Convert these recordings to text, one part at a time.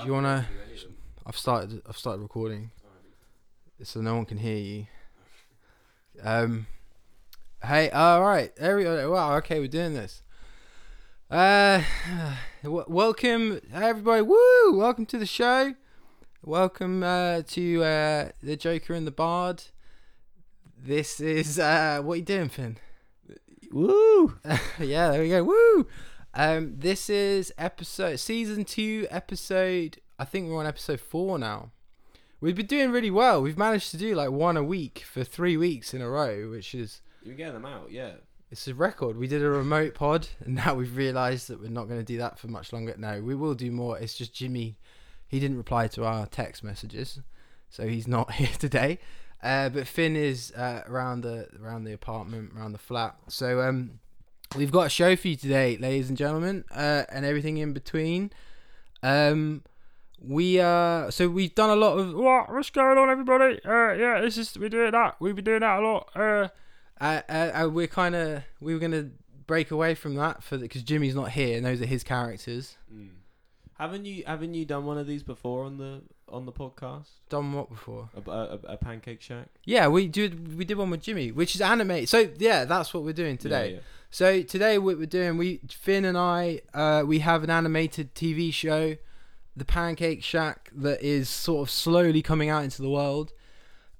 Do you wanna? I've started. I've started recording, so no one can hear you. Um. Hey. All right. There we go. Wow. Okay. We're doing this. Uh. w- welcome everybody. Woo! Welcome to the show. Welcome uh, to uh, the Joker and the Bard. This is uh, what are you doing, Finn? Woo! yeah, there we go. Woo! Um, this is episode season two, episode. I think we're on episode four now. We've been doing really well. We've managed to do like one a week for three weeks in a row, which is You're getting them out, yeah. it's a record. We did a remote pod, and now we've realised that we're not going to do that for much longer. No, we will do more. It's just Jimmy, he didn't reply to our text messages, so he's not here today. Uh, but Finn is uh, around the around the apartment, around the flat. So um, we've got a show for you today, ladies and gentlemen, uh, and everything in between. Um, we uh, so we've done a lot of what? What's going on, everybody? Uh, yeah, this is we're doing that. We've been doing that a lot. Uh, uh, uh, uh, we're kind of we were gonna break away from that for because Jimmy's not here and those are his characters. Haven't you haven't you done one of these before on the on the podcast? Done what before? A, a, a pancake shack Yeah, we did. We did one with Jimmy, which is animated. So yeah, that's what we're doing today. Yeah, yeah. So today what we're doing, we Finn and I, uh, we have an animated TV show, The Pancake Shack, that is sort of slowly coming out into the world.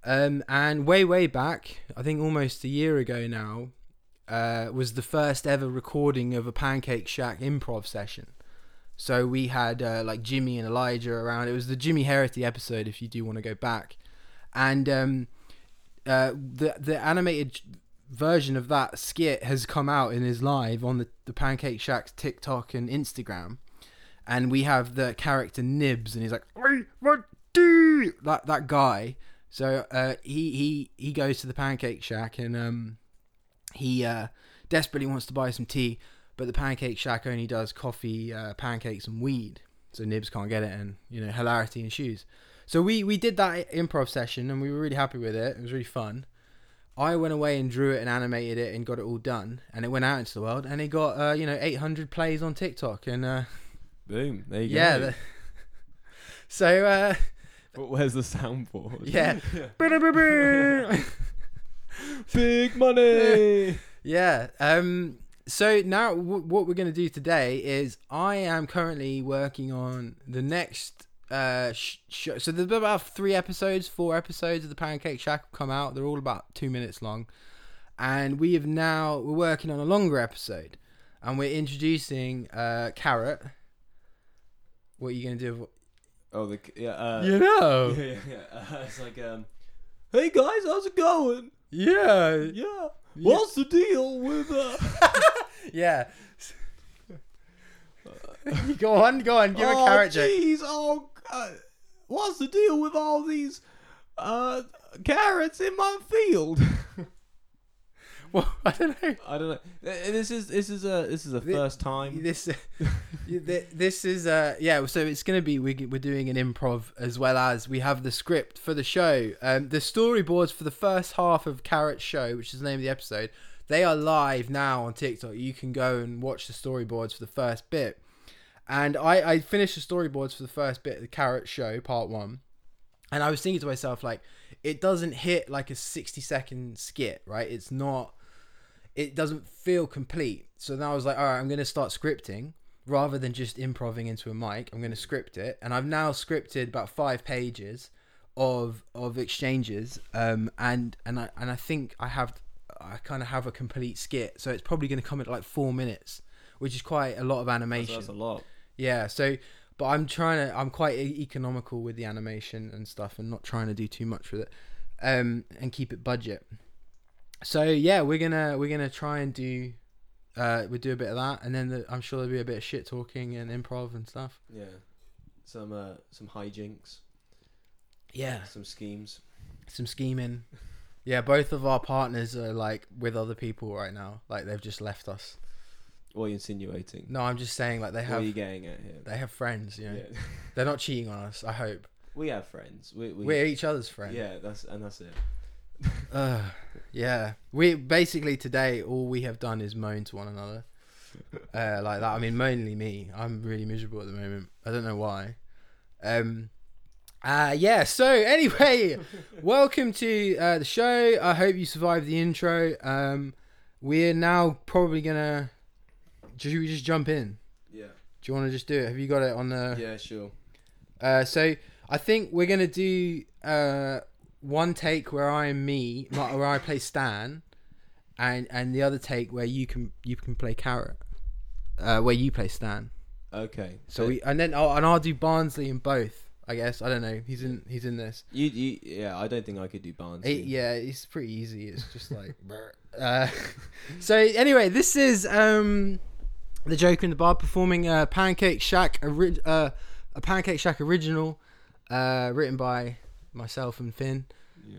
Um, and way way back, I think almost a year ago now, uh, was the first ever recording of a Pancake Shack improv session. So we had uh, like Jimmy and Elijah around. It was the Jimmy Herity episode, if you do want to go back, and um, uh, the the animated version of that skit has come out and is live on the, the Pancake Shack's TikTok and Instagram. And we have the character Nibs, and he's like, "I want to-" that that guy. So uh, he he he goes to the Pancake Shack, and um, he uh, desperately wants to buy some tea, but the Pancake Shack only does coffee, uh, pancakes, and weed. So Nibs can't get it, and you know hilarity ensues. So we we did that improv session, and we were really happy with it. It was really fun. I went away and drew it and animated it and got it all done, and it went out into the world, and it got uh, you know 800 plays on TikTok, and uh, Boom! There you yeah, go. the- so uh, But where's the soundboard? yeah, Big money. yeah. Um, so now w- what we're going to do today is I am currently working on the next uh sh- show. So there's been about three episodes, four episodes of the Pancake Shack have come out. They're all about two minutes long, and we have now we're working on a longer episode, and we're introducing uh Carrot. What are you going to do? With- oh, the yeah. Uh, you know, yeah, yeah, yeah. Uh, it's like um. Hey guys, how's it going? yeah, Yeah. What's the deal with uh? yeah. go on, go on, give oh, a carrot joke. Jeez, oh, uh, what's the deal with all these uh carrots in my field? Well, I don't know. I don't know. Th- This is this is a this is a Thi- first time. This, this is uh yeah. So it's gonna be we, we're doing an improv as well as we have the script for the show. Um, the storyboards for the first half of Carrot Show, which is the name of the episode, they are live now on TikTok. You can go and watch the storyboards for the first bit. And I I finished the storyboards for the first bit of the Carrot Show part one, and I was thinking to myself like, it doesn't hit like a sixty second skit, right? It's not it doesn't feel complete. So then I was like, all right, I'm going to start scripting rather than just improving into a mic. I'm going to script it, and I've now scripted about five pages of of exchanges, um, and and I and I think I have I kind of have a complete skit. So it's probably going to come at like four minutes, which is quite a lot of So animation. that's a lot. Yeah, so but I'm trying to I'm quite e- economical with the animation and stuff and not trying to do too much with it. Um and keep it budget. So yeah, we're going to we're going to try and do uh we'll do a bit of that and then the, I'm sure there'll be a bit of shit talking and improv and stuff. Yeah, some uh, some hijinks, Yeah, some schemes. some scheming. Yeah, both of our partners are like with other people right now. Like they've just left us. What are you insinuating? No, I'm just saying like they what have are you getting at here? they have friends, you know. Yeah. They're not cheating on us, I hope. we have friends. We, we, We're each other's friends. yeah. That's and that's it. Uh, yeah. We basically today all we have done is moan to one another, uh, like that. I mean, mainly me. I'm really miserable at the moment. I don't know why. Um, uh, yeah, so anyway, welcome to uh, the show. I hope you survived the intro. Um, we're now probably gonna. Should we just jump in? Yeah. Do you want to just do it? Have you got it on the. Yeah, sure. Uh, so I think we're gonna do uh, one take where I'm me, like, where I play Stan, and and the other take where you can you can play Carrot, uh, where you play Stan. Okay. So we and then I'll, and I'll do Barnsley in both. I guess I don't know. He's in he's in this. you, you yeah, I don't think I could do Barnes. It- yeah, it's pretty easy. It's just like. brr. uh, so anyway, this is um, the Joker in the Bar performing uh, Pancake Shack, ori- uh, a Pancake Shack original, uh, written by myself and Finn. Yeah.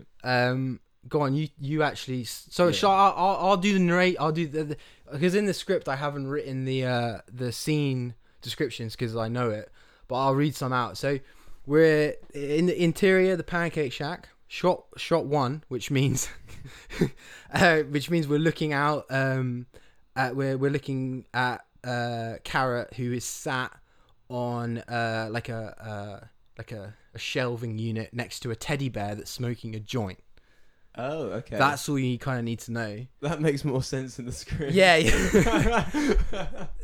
Um, go on, you you actually. s- So Yeah. shall I, I'll I'll do the narrate. I'll do the because in the script I haven't written the uh, the scene descriptions because I know it, but I'll read some out. So we're in the interior, the Pancake Shack. Shot shot one, which means, uh, which means we're looking out. Um, at, we're we're looking at uh, Carrot, who is sat on uh, like a uh, like a, a shelving unit next to a teddy bear that's smoking a joint. Oh, okay. That's all you kind of need to know. that makes more sense in the script. Yeah.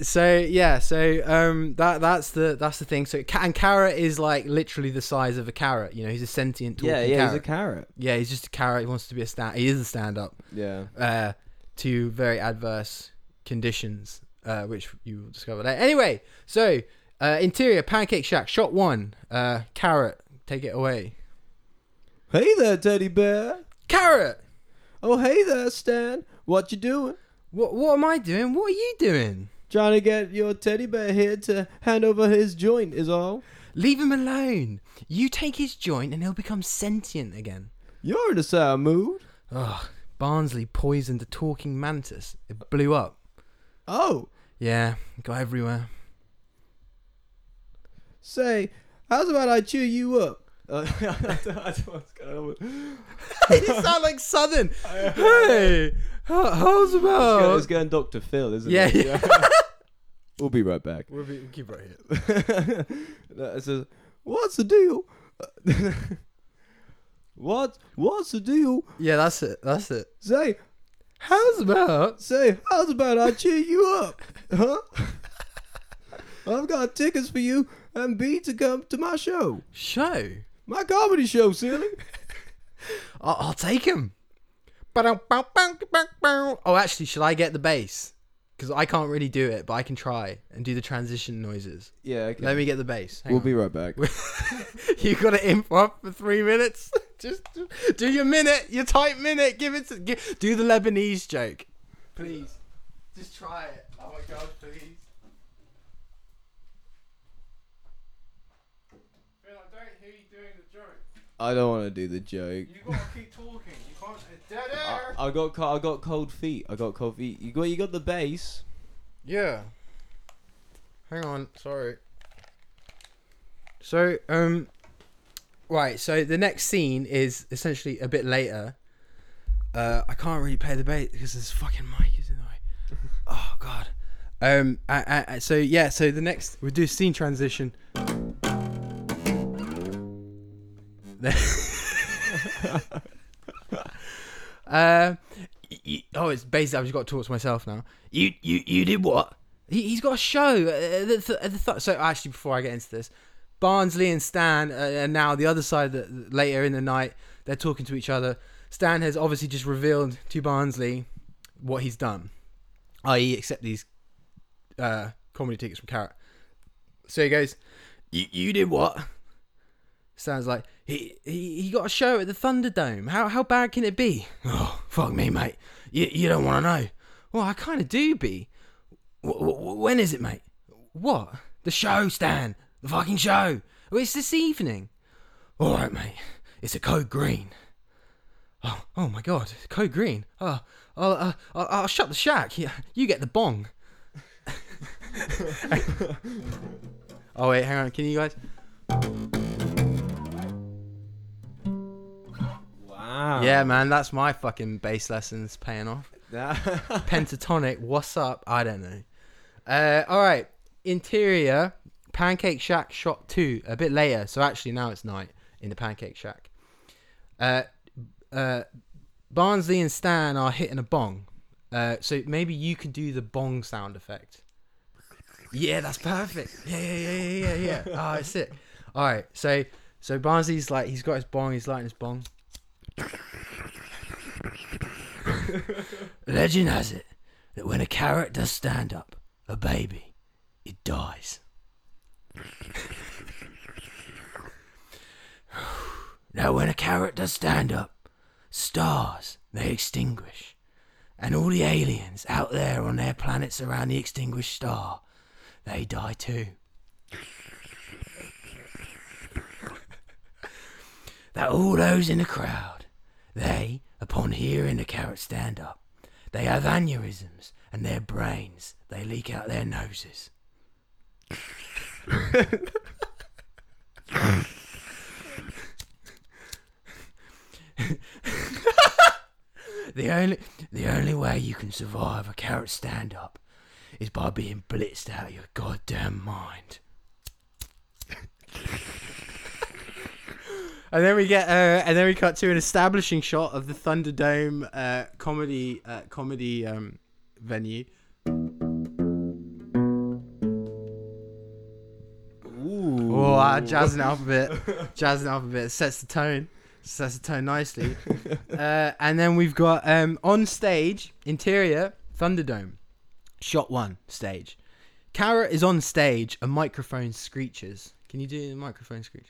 so yeah. So um, that that's the that's the thing. So ca- and Carrot is like literally the size of a carrot. You know, he's a sentient talking yeah, yeah. He's a carrot. carrot. yeah, he's just a carrot. He wants to be a stand. He is a stand up. Yeah. uh, to very adverse conditions, uh, which you will discover later. Anyway, so uh, interior pancake shack shot one. Uh, carrot, take it away. Hey there, teddy bear. Carrot, Oh, hey there, Stan. What you doing? what what am I doing? What are you doing? Trying to get your teddy bear here to hand over his joint is all. Leave him alone. You take his joint, and he'll become sentient again. You're in a sour mood. Ugh. Barnsley poisoned a talking mantis. It blew up. Oh, Yeah, it got everywhere. say, how's about I cheer you up? Uh, I don't I don't know what's going on. with- it sound like Southern. hey, how, how's It's going- about? It's going Dr. Phil, isn't Yeah. it? we'll be right back. We'll, be, keep right here. No, it says, what's the deal? what? What's the deal? Yeah, that's it. That's it. Say, How's about? say, how's about I cheer you up? Huh? I've got tickets for you and B to come to my show. Show. My comedy show, silly. I'll, I'll take him. Oh, actually, should I get the bass? Because I can't really do it, but I can try and do the transition noises. Yeah, okay. Let me get the bass. Hang we'll on. be right back. you got to imp up for three minutes. Just do your minute, your tight minute. Give it. To, gi- do the Lebanese joke, please. Just try it. Oh my god, please. Phil, I don't hear you doing the joke. I don't want to do the joke. You gotta keep talking. You can't. Dead I, I got co- I got cold feet. I got cold feet. You got you got the bass. Yeah. Hang on, sorry. So, um right, so the next scene is essentially a bit later. Uh I can't really play the bass because this fucking mic is in the way. oh god. Um I, I, I- so yeah, so the next we do scene transition. Uh, y- y- oh, it's basically I've just got to talk to myself now. You, you, you did what? He, he's got a show. Uh, the th- the th- so actually, before I get into this, Barnsley and Stan uh, are now the other side. Of the, later in the night, they're talking to each other. Stan has obviously just revealed to Barnsley what he's done, i.e., accept these uh, comedy tickets from Carrot. So he goes, "You, you did what?" Sounds like he, he he got a show at the Thunderdome. How how bad can it be? Oh fuck me, mate. You you don't want to know. Well, I kind of do, be. W- w- when is it, mate? What? The show, Stan. The fucking show. Well, it's this evening. All right, mate. It's a code green. Oh, oh my God, code green. Oh, I'll, uh, I'll, I'll shut the shack. Yeah, you get the bong. oh wait, hang on. Can you guys? Wow. Yeah, man, that's my fucking bass lessons paying off. Pentatonic, what's up? I don't know. Uh, all right, interior. Pancake Shack shot two a bit later. So actually, now it's night in the Pancake Shack. Uh, uh, Barnsley and Stan are hitting a bong. Uh, so maybe you could do the bong sound effect. Yeah, that's perfect. Yeah, yeah, yeah, yeah, yeah. yeah. Oh, it's sick. All right, so so Barnsley's like he's got his bong, he's lighting his bong. Legend has it that when a carrot does stand up, a baby, it dies. now, when a carrot does stand up, stars they extinguish, and all the aliens out there on their planets around the extinguished star, they die too. that all those in the crowd, they, upon hearing the carrot stand up, they have aneurysms and their brains, they leak out their noses. the only the only way you can survive a carrot stand up is by being blitzed out of your goddamn mind. And then we get, uh, and then we cut to an establishing shot of the Thunderdome uh, comedy uh, comedy um, venue. Ooh. Oh, uh, jazz and alphabet, jazz and alphabet sets the tone, sets the tone nicely. uh, and then we've got um, on stage interior Thunderdome, shot one stage. Carrot is on stage. A microphone screeches. Can you do the microphone screech?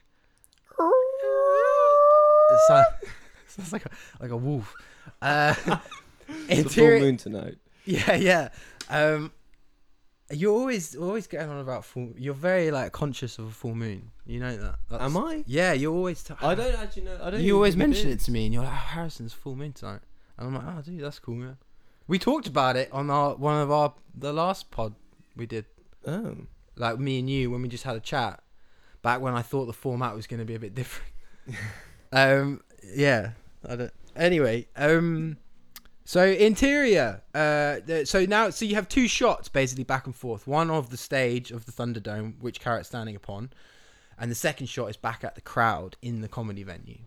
It sound- sounds like a, like a wolf. Uh, It's a full interior, moon tonight. yeah, yeah. Um, you're always always going on about full. You're very like conscious of a full moon. You know that. That's- Am I? Yeah, you're always. T- I don't actually know. I don't. you always mention it to me, and you're like, "Oh, "Harrison's full moon tonight," and I'm like, "Oh, dude, that's cool, man." We talked about it on our one of our the last pod we did, Oh. like me and you, when we just had a chat back when I thought the format was going to be a bit different. um, yeah, I don't. Anyway, um, so interior. Uh, the- so now, so you have two shots basically back and forth. One of the stage of the Thunderdome, which Carrot's standing upon, and the second shot is back at the crowd in the comedy venue.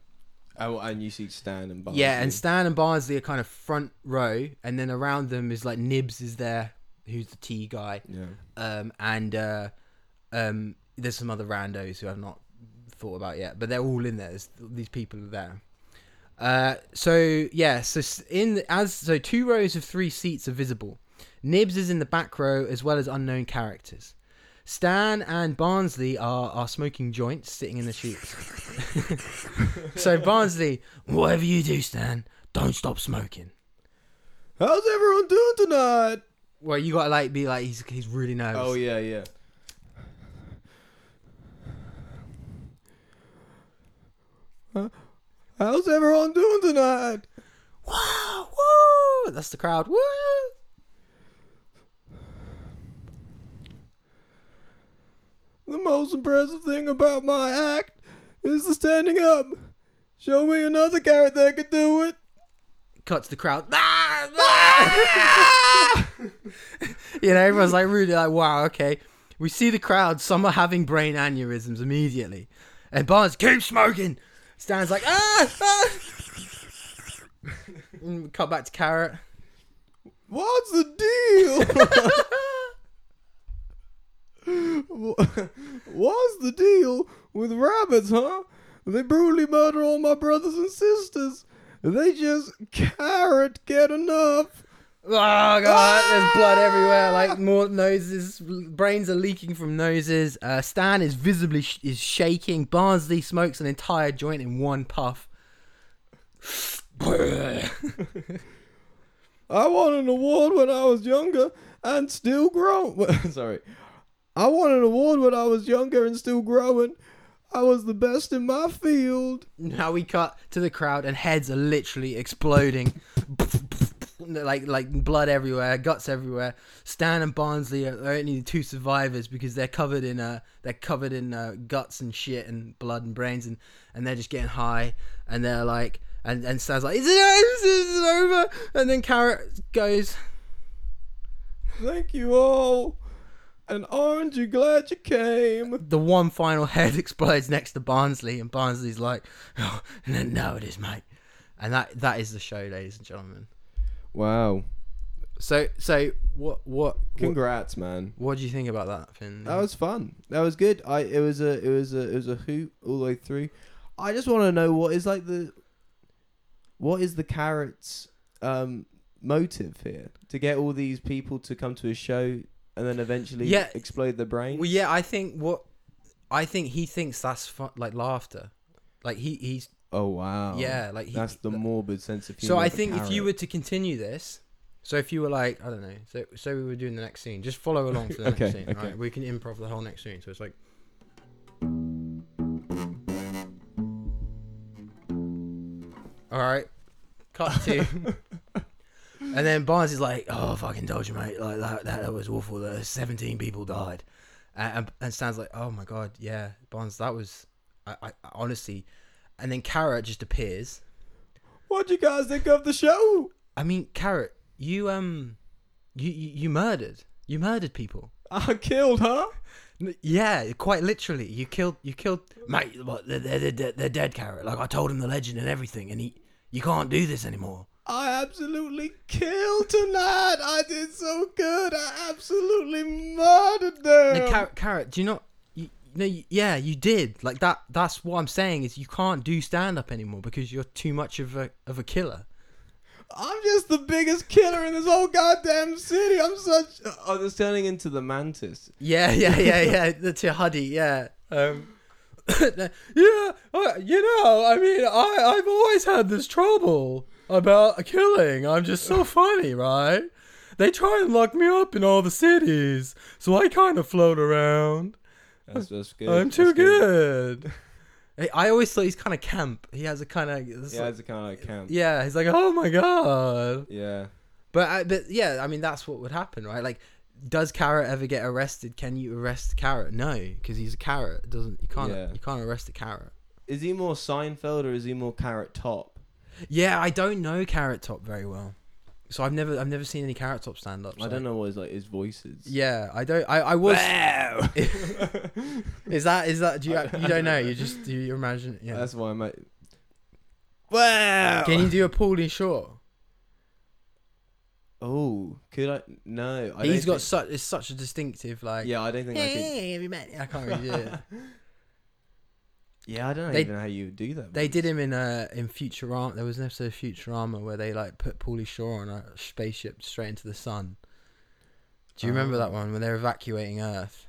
Oh, and you Oh, see Stan and Barnsley. Yeah, and Stan and Barnsley are kind of front row, and then around them is like Nibs is there, who's the tea guy, yeah. um, and uh, um, there's some other randos who I've not thought about yet, but they're all in there. There's, these people are there. Uh, so yeah, so s- in the- as so two rows of three seats are visible. Nibs is in the back row as well as unknown characters. Stan and Barnsley are, are smoking joints, sitting in the sheets. so Barnsley, whatever you do, Stan, don't stop smoking. How's everyone doing tonight? Well, you gotta like be like he's he's really nervous. Oh yeah, yeah. Huh? How's everyone doing tonight? wow, woo! That's the crowd. Woo! The most impressive thing about my act is the standing up. Show me another carrot that can do it. Cuts the crowd. Ah! Ah! you know, everyone's like really like, wow, okay. We see the crowd. Some are having brain aneurysms immediately, and Barnes keep smoking. Stan's like, ah, ah! And we Cut back to Carrot. What's the deal? Wha- What's the deal with rabbits, huh? They brutally murder all my brothers and sisters. They just carrot get enough. Oh god, there's blood everywhere. Like more noses, brains are leaking from noses. Uh, Stan is visibly sh- is shaking. Barnsley smokes an entire joint in one puff. I won an award when I was younger and still grow. Sorry. I won an award when I was younger and still growing. I was the best in my field. now we cut to the crowd and heads are literally exploding. like like blood everywhere, guts everywhere. Stan and Barnsley are the only two survivors because they're covered in uh they're covered in uh, guts and shit and blood and brains and and they're just getting high and they're like and and Stan's like is it over? Is it over? And then Carrot goes Thank you all. And aren't you glad you came? The one final head explodes next to Barnsley, and Barnsley's like, oh, no, no, it is, mate. And that that is the show, ladies and gentlemen. Wow. So so what what what, Congrats, man. what do you think about that, Finn? That was fun. That was good. I it was a it was a it was a hoot all the way through. I just want to know what is like the what is the carrots um motive here to get all these people to come to a show and then eventually Yeah. explode their brain. Well, yeah, I think what I think he thinks that's fun, like laughter. Like he he's oh wow. yeah, like he, That's the morbid sense of humor. So I of a think if you carrot. were to continue this, so if you were like, I don't know, so so we were doing the next scene, just follow along for the Okay, next scene. okay. Right? We can improv the whole next scene. So it's like All right. Cut to And then Barnes is like, "Oh, fucking told you, mate. Like that, that, that was awful. That seventeen people died." And, and, and Stan's like, "Oh my god, yeah, Barnes, that was, I, I honestly." And then Carrot just appears, what do you guys think of the show? I mean, Carrot, you um, you you, you murdered. You murdered people. I killed her. N- Yeah, quite literally. You killed. You killed. Mate, what? They're, they're, they're, they're dead, Carrot. Like I told him the legend and everything, and he. You can't do this anymore. I absolutely killed tonight. I did so good. I absolutely murdered them. No, Carrot, Carrot, do you not? You, no, you, yeah, you did. Like that. That's what I'm saying is you can't do stand up anymore because you're too much of a of a killer. I'm just the biggest killer in this whole goddamn city. I'm such. Oh, this turning into the mantis. Yeah, yeah, yeah, yeah. The Tihadi, yeah. Um, yeah, I, you know, I mean, I, I've always had this trouble about a killing. I'm just so funny, right? They try and lock me up in all the cities, so I kind of float around. That's, that's good. I'm too good. I- I always thought he's kind of camp. He has a kind of Yeah, it's a kind of like camp. yeah. He's like, oh my god. Yeah. But I, but yeah, I mean that's what would happen, right? Like, does Carrot ever get arrested? Can you arrest Carrot? No, because he's a carrot. It doesn't you can't Yeah. you can't arrest a carrot. Is he more Seinfeld or is he more Carrot Top? Yeah, I don't know Carrot Top very well, so I've never I've never seen any Carrot Top stand ups. I don't know what his like his voice is. Yeah, I don't. I, I was. Wow. is that is that? Do you you don't know? You just do you imagine? Yeah. That's why I'm like. Wow. Can you do a Paulie Shore? Oh, could I? No, I He's don't got such it's such a distinctive like. Think... Yeah, I don't think I could. Hey, have you met? I can't really do it. Yeah, I don't They- even know how you do that. They did him in uh in Futurama. There was an episode of Futurama where they like put Paulie Shore on a spaceship straight into the sun. Do you remember Oh. that one when they're evacuating Earth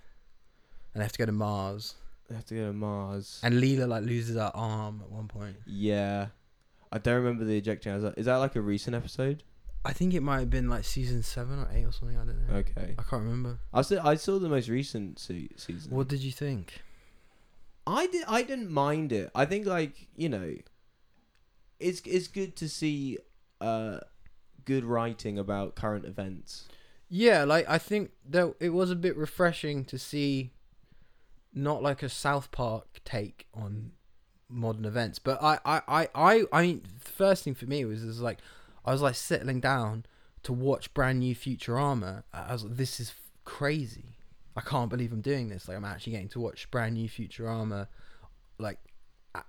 and they have to go to Mars? They have to go to Mars. And Leela like loses her arm at one point. Yeah, I don't remember the ejecting. I was like, Is that like a recent episode? I think it might have been like season seven or eight or something. I don't know. Okay, I can't remember. I saw I saw the most recent se- season. What did you think? I did. I didn't mind it. I think like you know, it's it's good to see uh good writing about current events. Yeah, like I think that it was a bit refreshing to see not like a South Park take on modern events, but I I I I, I mean, the first thing for me was is like I was like settling down to watch brand new Futurama. I was like, this is f- crazy. I can't believe I'm doing this. Like I'm actually getting to watch brand new Futurama. Like, I-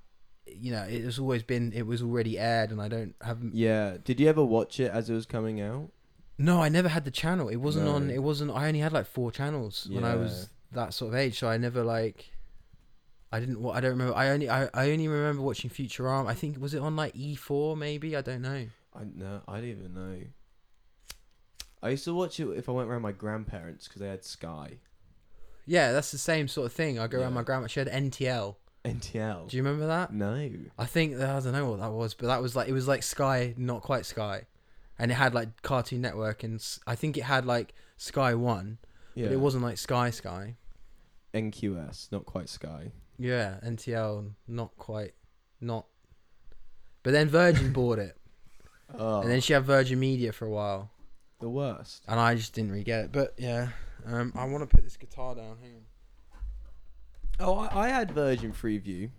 you know, it has always been it was already aired, and I don't haven't Yeah. Did you ever watch it as it was coming out? no, I never had the channel. It wasn't No. on. It wasn't. I only had like four channels when I was that sort of age. So I never like. I didn't. wa- I don't remember. I only. I, I only remember watching Futurama. I think was it on like E four maybe. I don't know. I no, I don't even know. I used to watch it if I went around my grandparents because they had Sky, Yeah, that's the same sort of thing. I go around Yeah. my grandma. She had NTL. NTL. Do you remember that? no. I think I don't know what that was, but that was like it was like Sky, not quite Sky, and it had like Cartoon Network and s- I think it had like Sky One, Yeah. but it wasn't like Sky Sky. NQS, not quite Sky. Yeah, NTL, not quite, not. But then Virgin bought it, Oh, and then she had Virgin Media for a while, the worst. and I just didn't really get it. But yeah, um, I want to put this guitar down. Hang on. Oh, I, I had Virgin Freeview.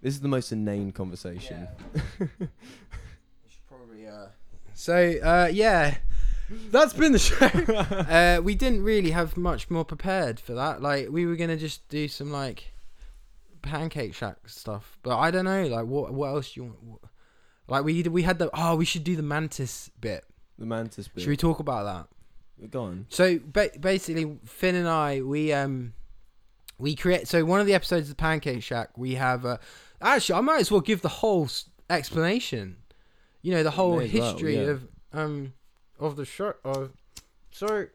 This is the most inane conversation. I should probably. Uh... So uh, yeah, that's been the show. uh, we didn't really have much more prepared for that. Like we were gonna just do some like pancake shack stuff, but I don't know. Like what what else do you want? What, like we we had the oh we should do the mantis bit. The mantis bit. Should we talk about that? Go on. So ba- basically, Finn and I, we um, we create. So one of the episodes of the Pancake Shack, we have. Uh, actually, I might as well give the whole s- explanation. You know, the whole May as well, history yeah. of um, of the show. Of so,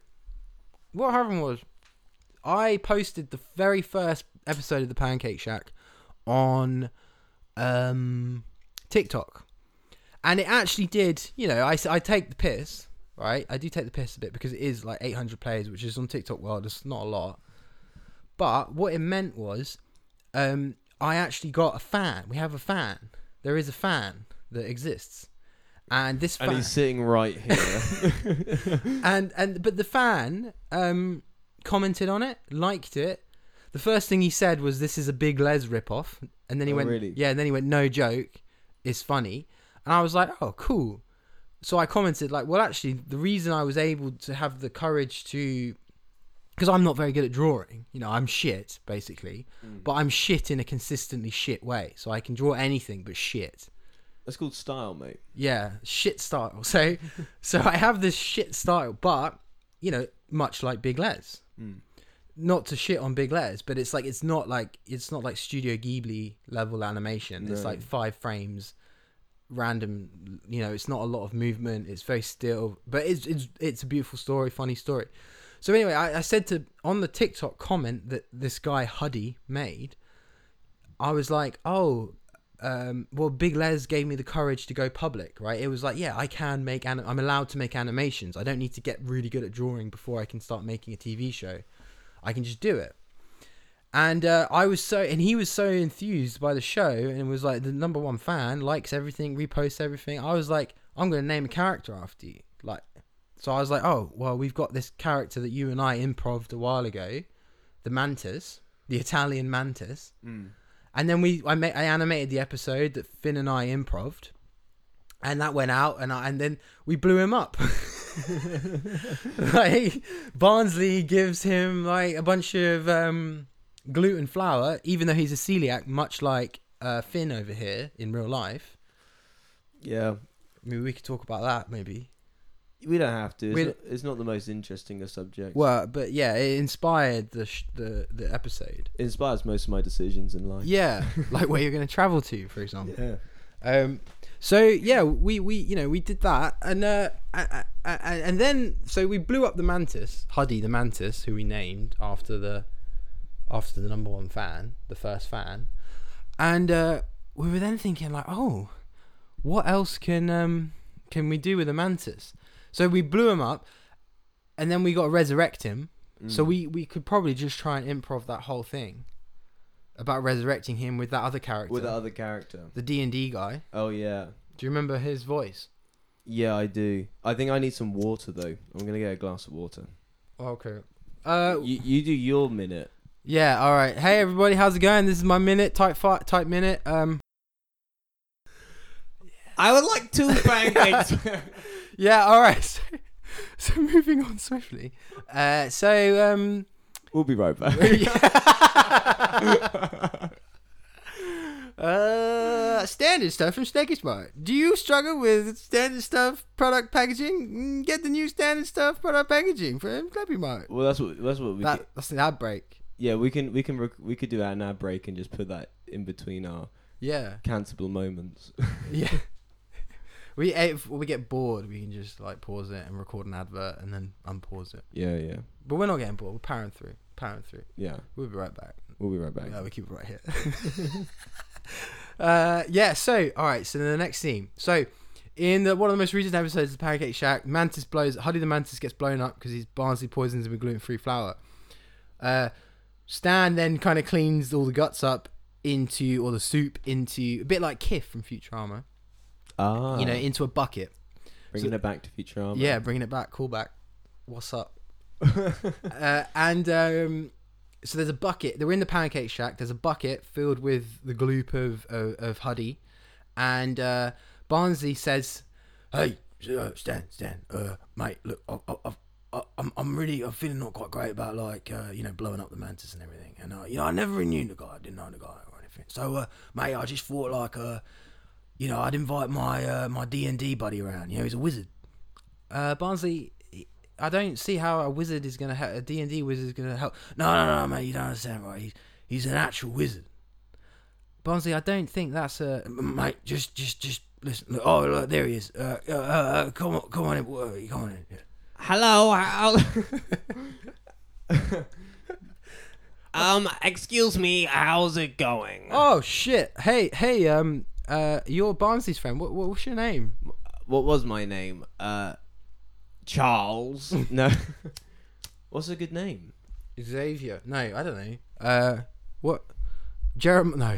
what happened was, I posted the very first episode of the Pancake Shack on um, TikTok, and it actually did. You know, I s- I take the piss right? I do take the piss a bit because it is like 800 players, which is on TikTok world. It's not a lot, but what it meant was, um, I actually got a fan. We have a fan. There is a fan that exists, and this fan And he's sitting right here. and and but the fan um commented on it, liked it. The first thing he said was, "This is a big Les ripoff," and then he Oh, went, really? "Yeah," and then he went, "No joke, it's funny." And I was like, "Oh, cool." So I commented like, "Well, actually, the reason I was able to have the courage to, because I'm not very good at drawing, you know, I'm shit basically, Mm. but I'm shit in a consistently shit way, so I can draw anything but shit." That's called style, mate. Yeah, shit style. So, so I have this shit style, but you know, much like Big Les. Not to shit on Big Les, but it's like it's not like it's not like Studio Ghibli level animation. It's No. like five frames, random. You know, it's not a lot of movement. It's very still, but it's it's it's a beautiful story, funny story. So anyway, I, I said to on the TikTok comment that this guy Huddy made, I was like, oh, um, well, Big Les gave me the courage to go public, right? It was like, yeah, I can make, anim- I'm allowed to make animations. I don't need to get really good at drawing before I can start making a TV show. I can just do it. And uh, I was so, and he was so enthused by the show and was like the number one fan, likes everything, reposts everything. I was like, I'm going to name a character after you. Like, so I was like, oh, well, we've got this character that you and I improved a while ago, the mantis, the Italian mantis. And then we, I, ma- I animated the episode that Finn and I improved, and that went out, and I, and then we blew him up. like Barnsley gives him like a bunch of um, gluten flour, even though he's a celiac, much like uh, Finn over here in real life. Yeah. I mean, we could talk about that maybe. We don't have to. It's, We- not, it's not the most interesting of subjects. Well, but yeah, it inspired the sh- the the episode. it inspires most of my decisions in life. Yeah, like where you're going to travel to, for example. Yeah. Um, so yeah, we we you know we did that, and uh, a- a- a- and then so we blew up the mantis, Huddy the mantis, who we named after the after the number one fan, the first fan, and uh, we were then thinking like, oh, what else can um can we do with a mantis? So we blew him up, and then we got to resurrect him. Mm. So we we could probably just try and improv that whole thing about resurrecting him with that other character, With the other character. the D and D guy. Oh, yeah. Do you remember his voice? Yeah, I do. I think I need some water, though. I'm going to get a glass of water. Okay. Uh, You, you do your minute. yeah. All right. Hey, everybody. How's it going? This is my minute. Type fight. Type minute. Um. I would like two pancakes. Yeah. All right. So, so moving on swiftly. Uh. So um. we'll be right back. uh. Standard stuff from Snakey Smart. Do you struggle with standard stuff product packaging? Mm, Get the new standard stuff product packaging from Snappy Mart. well, that's what that's what we That, ca- that's an ad break. yeah we can we can rec- we could do that in our break and just put that in between our Yeah. cancelable moments. Yeah. We if we get bored, we can just like pause it and record an advert and then unpause it. yeah, yeah, But we're not getting bored. We're powering through. Powering through. yeah. We'll be right back. We'll be right back. No, we keep it right here. uh, yeah. So all right. So the next scene. So in the, one of the most recent episodes of Pancake Shack, Mantis blows. Huddy the Mantis gets blown up because he's Barnsley poisons him with gluten-free flour. Uh, Stan then kind of cleans all the guts up into or the soup into a bit like Kiff from Futurama. Ah, You know, into a bucket. bringing it back to Futurama. Yeah, bringing it back, call back. What's up? uh, and um, so there's a bucket. They're in the pancake shack. There's a bucket filled with the gloop of of, of Huddy, and uh, Barnsley says, "Hey, uh, Stan, Stan, uh, mate, look, I, I, I've- I, I'm, I'm really, I'm feeling not quite great about like, uh, you know, blowing up the mantis and everything. And uh, you know, I never really knew the guy, I didn't know the guy or anything. So, uh, mate, I just thought like, uh, you know, I'd invite my uh, my D and D buddy around. You know, he's a wizard. Uh, Barnsley, I don't see how a wizard is gonna help. A D and D wizard is gonna help. No, no, no, mate, you don't understand, right? He, he's an actual wizard. Barnsley, I don't think that's a mate. Just, just, just listen. Look, oh, look, there he is. Uh, uh, uh, come on, come on in, uh, come on in. Yeah. Oh, Hello. I'll um, excuse me. How's it going? Oh shit! Hey, hey, um, uh, you're Barnsley's friend. What, what, what's your name? What was my name? Uh, Charles. no. What's a good name? Xavier. No, I don't know. Uh, what? Jerem? No.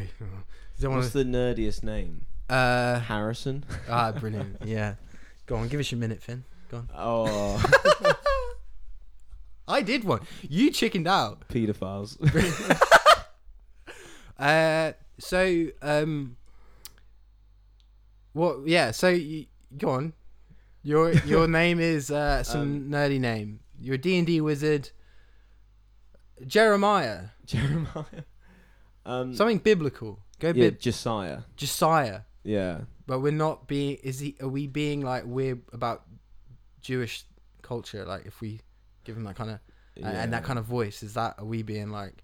Don't What's the nerdiest name? Uh, Harrison. ah, brilliant. Yeah. Go on, give us your minute, Finn. Go on. Oh, I did one. You chickened out. pedophiles. Uh, so um, what? Yeah. So you, go on. Your your name is uh, some nerdy name. You're a D and D wizard. Jeremiah. Jeremiah. Um, Something biblical. Go yeah, bib. Josiah. Josiah. Yeah. But we're not being. Is he? Are we being like we're about Jewish culture? Like if we give him that kind of yeah. and that kind of voice, is that are we being like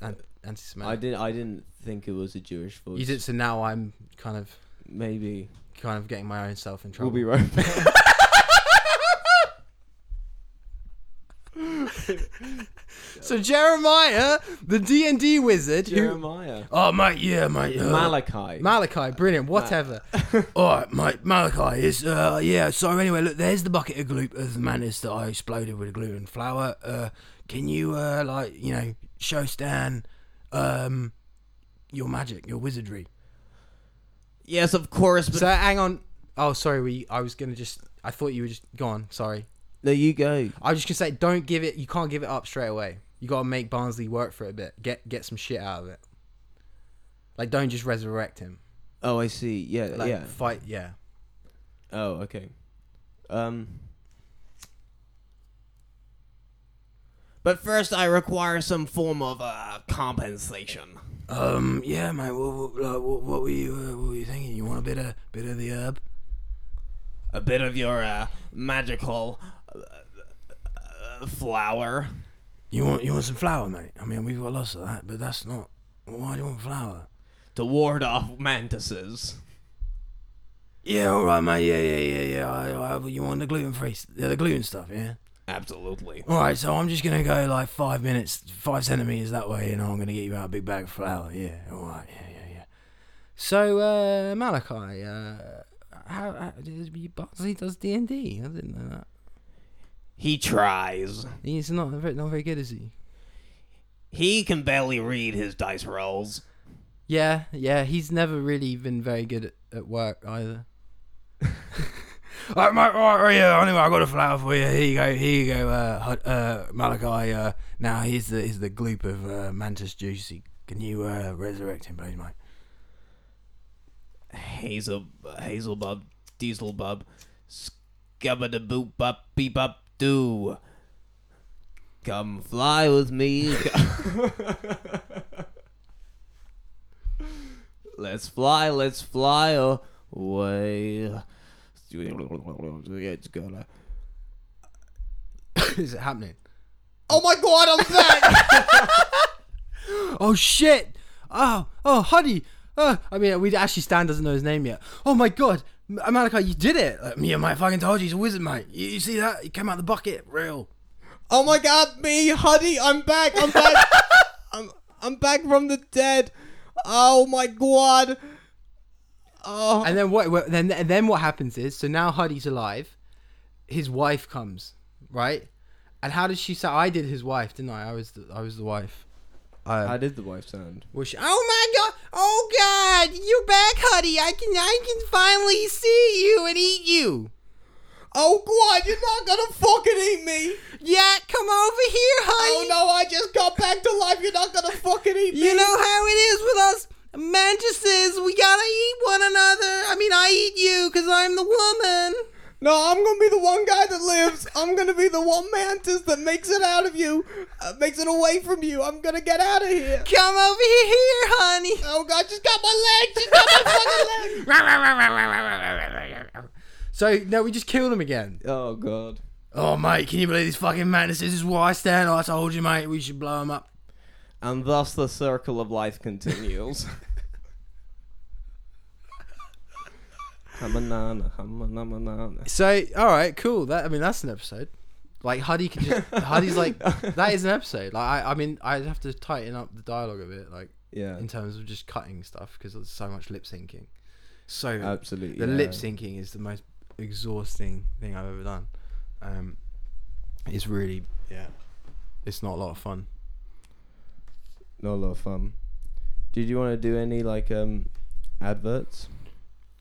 an- I anti-Semitic? did. I didn't think it was a Jewish voice. You did. So now I'm kind of Maybe kind of getting my own self in trouble. we'll be right. back. So Jeremiah, the D and D wizard, who Jeremiah. oh mate, yeah mate, uh, Malachi. Malachi, brilliant, whatever. All right, mate, Malachi is uh yeah. So anyway, look, there's the bucket of glue of the manis that I exploded with glue and flour. Uh, can you uh like you know show Stan, um, your magic, your wizardry? yes, of course. But So hang on. Oh, sorry, we. I was gonna just. I thought you were just gone. Sorry. no, you go. I was just gonna say, don't give it. You can't give it up straight away. You gotta make Barnsley work for it a bit. Get get some shit out of it. Like, don't just resurrect him. Oh, I see. Yeah, Like, yeah. fight. Yeah. Oh, okay. Um, but first, I require some form of uh, compensation. Um. Yeah, mate. What, what, like, what, what were you? Uh, what were you thinking? You want a bit of bit of the herb? A bit of your uh, magical uh, uh, flower. You want you want some flour, mate? I mean, we've got lots of that, but that's not. Why do you want flour? to ward off mantises. Yeah. All right, mate. Yeah. Yeah. Yeah. Yeah. I, I, you want the gluten free? The gluten stuff. Yeah. Absolutely. All right, so I'm just gonna go like five minutes, five centimeters that way, and I'm gonna get you out a big bag of flour. Yeah, all right, yeah, yeah, yeah. So uh, Malachi, uh, how, how Barnsley does D and D? I didn't know that. He tries. He's not very, not very good, is he? He can barely read his dice rolls. Yeah, yeah. He's never really been very good at, at work either. Like, mate, right, right, yeah. Anyway, I got a flower for you. Here you go. Here you go, uh, Hud- uh, Malachi. Uh, now here's the here's the gloop of uh, mantis juicy. Can you uh, resurrect him, please, mate? Hazel, Hazelbub, Dieselbub, Scubbada boop up, beep up, doo. Come fly with me. let's fly, let's fly away. It's gonna. Is it happening? Oh my god, I'm back! Oh shit! Oh, oh, Huddy! Uh, I mean, we actually Stan doesn't know his name yet. Oh my god, M- Malachi, you did it! Like, yeah, mate, I fucking told you, he's a wizard, mate. You, you see that? He came out the bucket, real. Oh my god, me, honey, I'm back, I'm back, I'm, I'm back from the dead. Oh my god. Oh, And then what? what- Then and then what happens is, so now Huddy's alive. His wife comes, right? And how did she say? I did his wife, didn't I? I was the, I was the wife. how I, did the wife sound? was she, oh my god! Oh god! You're back, Huddy! I can I can finally see you and eat you. oh god, you're not gonna fucking eat me. Yeah, come over here, Oh honey. no, I just got back to life, you're not gonna fucking eat me. You know how it is with us mantises. We gotta eat one another. I mean, I eat you because I'm the woman. No, I'm gonna be the one guy that lives. I'm gonna be the one mantis that makes it out of you, uh, makes it away from you. I'm gonna get out of here. Come over here, honey. Oh God, she's got my leg. She's got my fucking leg. So no, we just killed him again. Oh god. Oh mate, can you believe this fucking madness? This is why I stand. I told you, mate, we should blow him up. And thus the circle of life continues. I'm a nana, I'm a nana, nana. So all right, cool. That I mean, that's an episode. Like Huddy can just Huddy's like that is an episode. Like I, I mean, I'd have to tighten up the dialogue a bit, like Yeah, in terms of just cutting stuff because there's so much lip syncing. Uh, So absolutely. the yeah. lip syncing is the most exhausting thing I've ever done. Um, it's really yeah, it's not a lot of fun. Not a lot of fun. Did you want to do any like um adverts?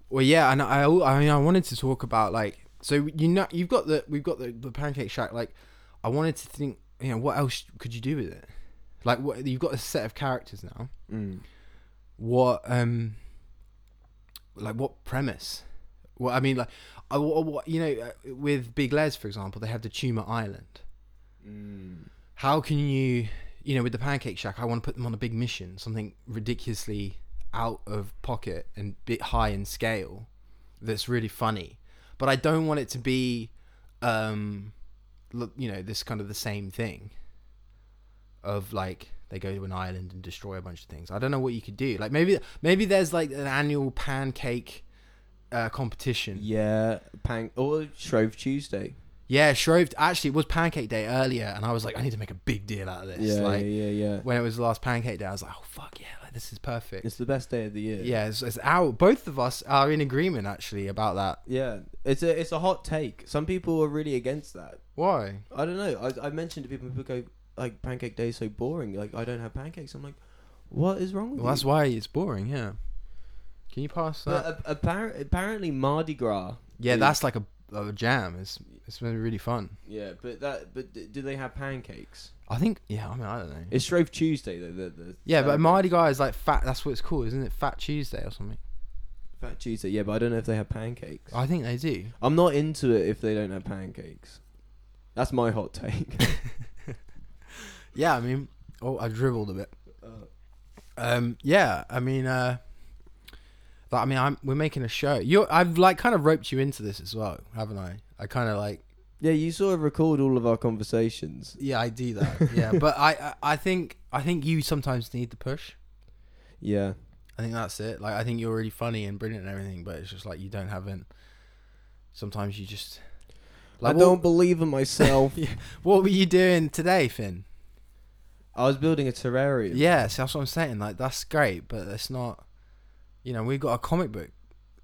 Well, yeah, and I, I mean, I wanted to talk about like, so you know, you've got the, we've got the, the Pancake Shack. Like, I wanted to think, you know, what else could you do with it? Like, what you've got a set of characters now. Mm. What, um, like, what premise? Well, I mean, like, I, what, what- you know, uh, with Big Les, for example, they have the Tumor Island. How can you, you know, with the Pancake Shack, I want to put them on a big mission, something ridiculously out of pocket and bit high in scale that's really funny but i don't want it to be um look you know this kind of the same thing of like they go to an island and destroy a bunch of things i don't know what you could do like maybe maybe there's like an annual pancake uh, competition yeah, Yeah, Pang or Shrove Tuesday. shrove actually it was pancake day earlier and i was like i need to make a big deal out of this yeah, like yeah, yeah, yeah. when it was the last pancake day i was like oh fuck yeah like this is perfect It's the best day of the year. yeah it's, it's our both of us are in agreement actually about that yeah. It's a it's a hot take. Some people are really against that. why I don't know. I I mentioned to people people go like Pancake Day is so boring. Like I don't have pancakes. I'm like, what is wrong with Well, that's you? why it's boring. Yeah. Can you pass that? But uh, a- appar- apparently Mardi Gras. yeah, is- that's like a, a jam. It's it's been really fun. yeah. But that but d- do they have pancakes? I think. Yeah, I mean, I don't know. It's Shrove Tuesday though. The, the yeah, but celebration. Mardi Gras is like fat. That's what it's called, isn't it? Fat Tuesday or something. Fat Tuesday. Yeah, but I don't know if they have pancakes. I think they do. I'm not into it if they don't have pancakes. That's my hot take. Yeah, I mean, oh, I dribbled a bit. Um, yeah, I mean, uh, but, I mean, I'm we're making a show. You, I've like kind of roped you into this as well, haven't I? I kind of like yeah, you sort of record all of our conversations. yeah, I do that. yeah, but I, I, I think I think you sometimes need the push. Yeah. I think that's it. Like I think you're really funny and brilliant and everything, but it's just like you don't have it. Sometimes you just like I what, don't believe in myself. what were you doing today, Finn? I was building a terrarium. Yeah, so that's what I'm saying. Like that's great, but it's not. You know, we've got a comic book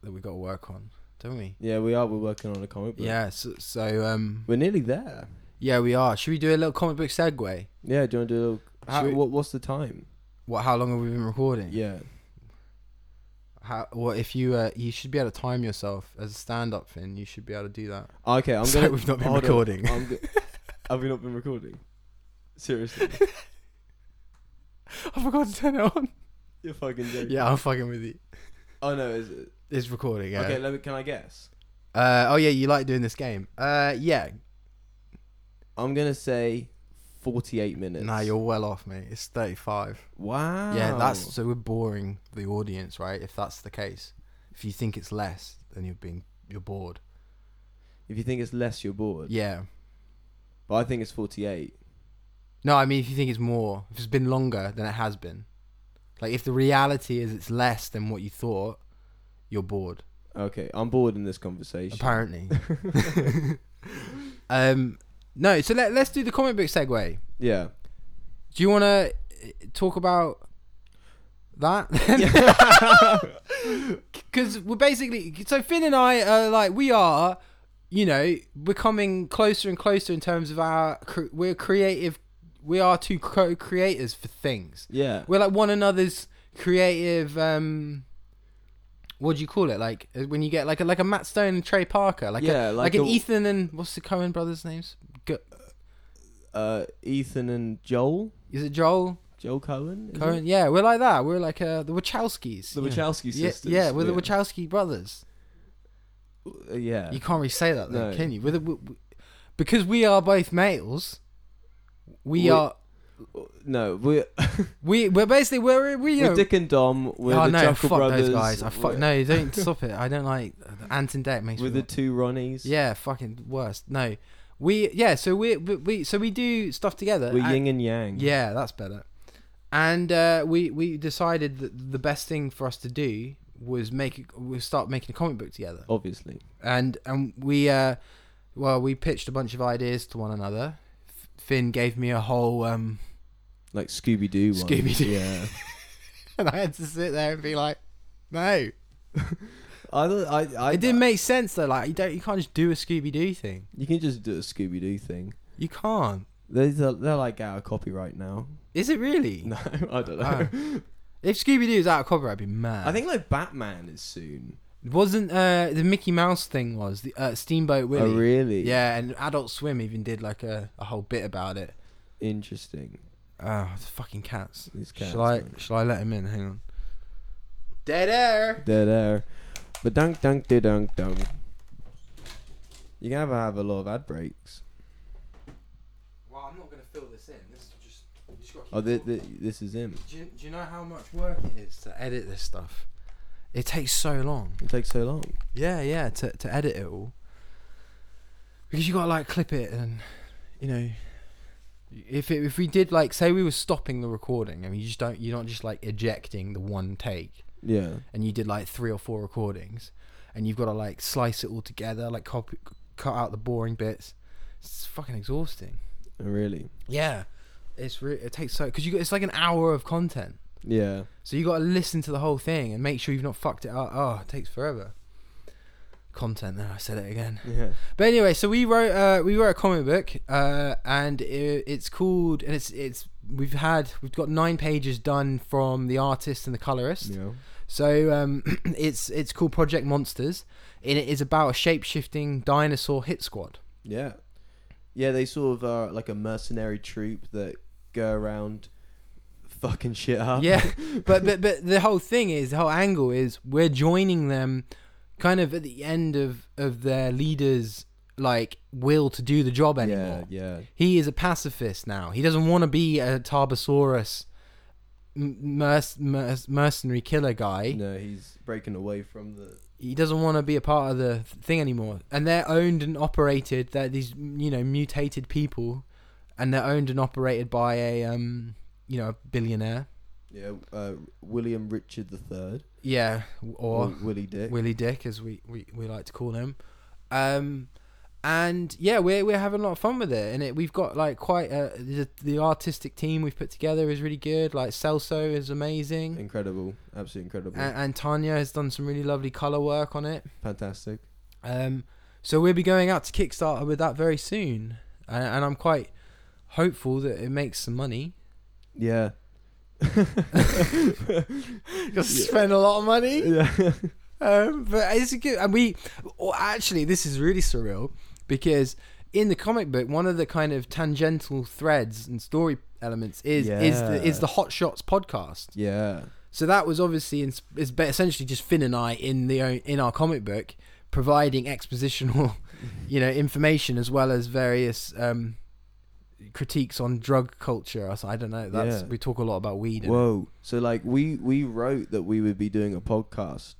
that we got to work on, don't we? Yeah, we are. We're working on a comic book. Yeah. So, so um, We're nearly there. yeah, we are. Should we do a little comic book segue? Yeah, do you want to do a little. How, Should we- what, what's the time? What? How long have we been recording? Yeah. How? What if you? Uh, you should be able to time yourself as a stand-up, Finn. You should be able to do that. Okay, I'm So going we've not been recording. I'm go- have we not been recording? Seriously. I forgot to turn it on. You're fucking joking. Yeah, I'm fucking with you. Oh, no, is it? It's recording. Yeah. Okay, let me, can I guess? Uh, oh yeah, you like doing this game. Uh, yeah. I'm going to say 48 minutes. Nah, you're well off, mate. It's thirty-five. Wow. Yeah, that's so we're boring the audience, right? If that's the case, if you think it's less, then you're being you're bored. If you think it's less, you're bored. Yeah. But I think it's 48. No, I mean if you think it's more, if it's been longer than it has been, like if the reality is it's less than what you thought, you're bored. Okay, I'm bored in this conversation. Apparently. um, no. So let let's do the comic book segue. yeah. Do you want to talk about that? Because we're basically so Finn and I are like we are, you know, we're coming closer and closer in terms of our cr- we're creative. We are two co-creators for things. Yeah. We're like one another's creative. um What do you call it? Like uh, when you get like a, like a Matt Stone and Trey Parker, like Yeah, a, like like, an a- Ethan and what's the Cohen brothers' names? Go- Uh, Ethan and Joel. is it Joel? Joel Cohen? is it? Current, yeah, we're like that. We're like uh, the Wachowskis. The you know. Wachowski yeah, sisters. Yeah, we're the Wachowski brothers. Uh, yeah. You can't really say that, though, No. can you? With a, w- w- because we are both males. We, We- are No, we're, we we're basically we're we you we're know Dick and Dom. We're oh the no Jekyll fuck Brothers. those guys I fuck we're- no don't stop it I don't like Ant and Deck makes We're me the two Ronnies. yeah fucking worst no we yeah so we we, we so we do stuff together We're and- yin and yang. Yeah, that's better. And uh, we we decided that the best thing for us to do was make we start making a comic book together. Obviously. And and we uh, well we pitched a bunch of ideas to one another. F- Finn gave me a whole um, Like Scooby Doo. Scooby-Doo. Yeah. and I had to sit there and be like, no, I, don't- I, I, it didn't make sense though. Like you don't you can't just do a Scooby Doo thing. You can just do a Scooby Doo thing. You can't. They're, they're like out of copyright now. Is it really? No, I don't know. Oh. If Scooby Doo was out of copyright, I'd be mad. I think like Batman is soon. wasn't uh, the Mickey Mouse thing was the uh, Steamboat Willie. Oh, really? Yeah, and Adult Swim even did like a, a whole bit about it. Interesting. Oh, the fucking cats. These cats. shall I man. shall I let him in? Hang on. Dead air. They're there. But dunk, dunk, do dunk, dunk. You can have, have a lot of ad breaks. Well, I'm not gonna fill this in. This is just. you just gotta keep Oh, thi- talking. thi- this is him. do, you, do you know how much work it is to edit this stuff? It takes so long. It takes so long. Yeah, yeah, to to edit it all. Because you gotta like clip it and, you know. If it, if we did like say we were stopping the recording, I mean you just don't you're not just like ejecting the one take. Yeah. and you did like three or four recordings and you've got to like slice it all together like copy, cut out the boring bits it's fucking exhausting Oh, Really. yeah it's re- it takes so because you got it's like an hour of content Yeah. so you got to listen to the whole thing and make sure you've not fucked it up oh it takes forever content there i said it again Yeah. but anyway, so we wrote uh, we wrote a comic book, uh, and it, it's called and it's it's we've had we've got nine pages done from the artist and the colorist. Yeah. So um, it's it's called Project Monsters, and it is about a shape shifting dinosaur hit squad. Yeah. Yeah, they sort of are like a mercenary troop that go around fucking shit up. Yeah, but but but the whole thing is the whole angle is we're joining them, kind of at the end of of their leader's like will to do the job Yeah, anymore. yeah. He is a pacifist now. He doesn't want to be a Tarbosaurus m- merc- merc- mercenary killer guy. No, he's breaking away from the he doesn't want to be a part of the th- thing anymore. And they're owned and operated. They're these you know mutated people, and they're owned and operated by a um you know a billionaire. yeah, uh, William Richard the Third. Yeah, w- or Willie Dick. Willie Dick as we, we we like to call him. Um. And yeah, we're we're having a lot of fun with it, and it we've got like quite a, the, the artistic team we've put together is really good. Like Celso is amazing, incredible. Absolutely incredible. and, and Tanya has done some really lovely color work on it. Fantastic. Um, so we'll be going out to Kickstarter with that very soon, and, and I'm quite hopeful that it makes some money. Yeah. You'll spend a lot of money, yeah. um, but it's a good. And we, oh, actually, this is really surreal because in the comic book, one of the kind of tangential threads and story elements is is the, is Yeah. the Hot Shots podcast. Yeah. So that was obviously in, is ba- essentially just Finn and I in the own- in our comic book providing expositional, you know, information as well as various um, critiques on drug culture. or so- I don't know. That's Yeah. we talk a lot about weed. and- Whoa. So like we we wrote that we would be doing a podcast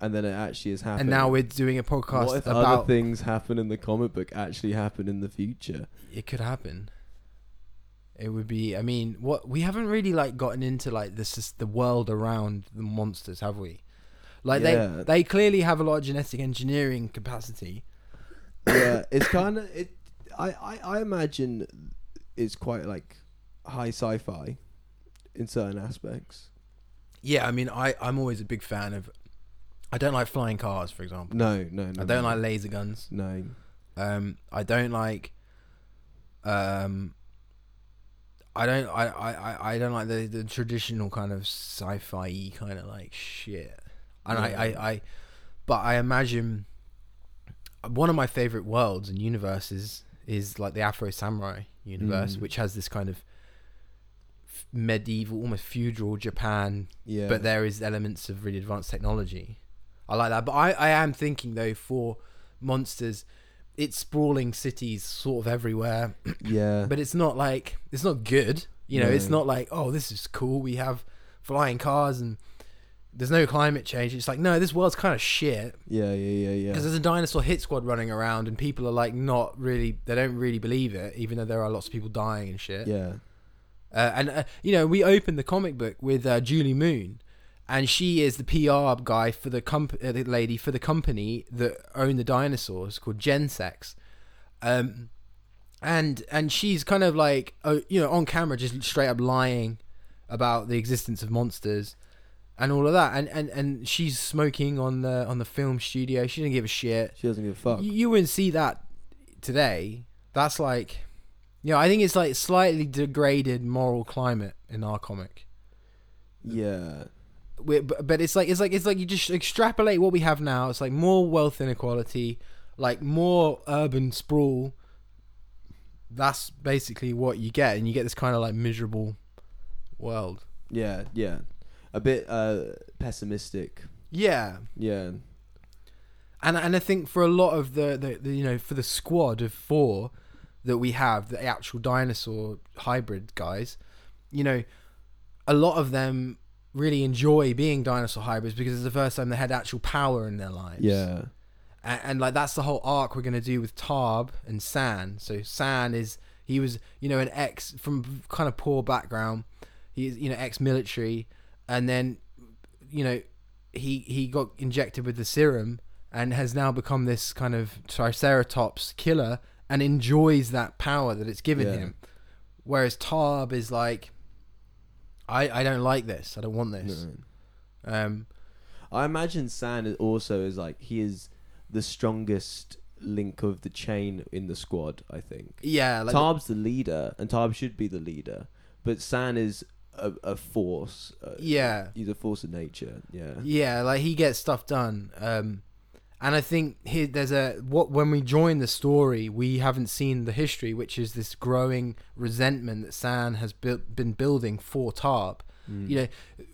and then it actually has happened. And now we're doing a what podcast if about other things happen in the comic book actually happen in the future? it could happen. It would be. I mean, what we haven't really like gotten into like this is the world around the monsters, have we? Like Yeah. they they clearly have a lot of genetic engineering capacity. yeah, it's kind of it. I, I I imagine it's quite like high sci-fi in certain aspects. Yeah, I mean, I I'm always a big fan of. I don't like flying cars, for example. No, no, no. I don't no. like laser guns. No. Um, I don't like. Um. I don't. I. I. I- I don't like the the traditional kind of sci-fi kind of like shit. And I, I. I. But I imagine. One of my favorite worlds and universes is like the Afro Samurai universe, Mm. which has this kind of f- medieval, almost feudal Japan Yeah. but there is elements of really advanced technology. I like that. But I, I am thinking though for monsters, it's sprawling cities sort of everywhere, Yeah. but it's not like it's not good. You know, it's No. not like oh this is cool. We have flying cars and there's no climate change. It's like no, this world's kind of shit yeah, yeah, yeah, yeah. because there's a dinosaur hit squad running around and people are like not really they don't really believe it, even though there are lots of people dying and shit. Yeah. Uh, and uh, you know, we opened the comic book with uh, Julie Moon, and she is the PR guy for the comp- uh, the lady for the company that owned the dinosaurs called Gensex. Um, and and she's kind of like uh, you know on camera just straight up lying about the existence of monsters and all of that and and, and she's smoking on the on the film studio she didn't give a shit She doesn't give a fuck. you, you wouldn't see that today. That's like, you know, I think it's like slightly degraded moral climate in our comic. Yeah. we but, but it's like it's like it's like you just extrapolate what we have now. It's like more wealth inequality, like more urban sprawl. That's basically what you get, and you get this kind of like miserable world. Yeah, yeah. A bit uh pessimistic. Yeah, Yeah. and and I think for a lot of the, the, the you know for the squad of four that we have, the actual dinosaur hybrid guys, you know, a lot of them really enjoy being dinosaur hybrids because it's the first time they had actual power in their lives. Yeah. and, and like that's the whole arc we're gonna do with Tarb and San. So San is he was you know an ex from kind of poor background. He's you know ex-military, and then you know he he got injected with the serum and has now become this kind of Triceratops killer and enjoys that power that it's given Yeah. him. Whereas Tarb is like, I I don't like this. I don't want this. No. Um, I imagine San is also is like he is the strongest link of the chain in the squad, I think. yeah, like Tarb's the leader and Tarb should be the leader, but San is a, a force. Uh, yeah. He's a force of nature. Yeah. Yeah, like he gets stuff done. Um, and I think here there's a what when we join the story, we haven't seen the history, which is this growing resentment that San has built, been building for Tarp. You know,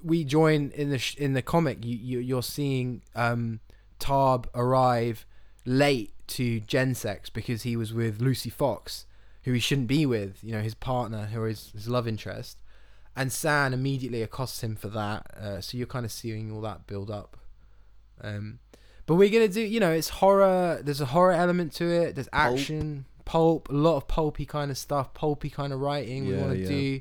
we join in the sh- in the comic. You, you you're seeing um, Tarb arrive late to Gensex because he was with Lucy Fox, who he shouldn't be with. You know, his partner, who is his love interest and San immediately accosts him for that. Uh, so you're kind of seeing all that build up. Um, but we're gonna do, you know, it's horror. There's a horror element to it. There's action, pulp, a lot of pulpy kind of stuff, pulpy kind of writing. we Yeah, want to yeah. do.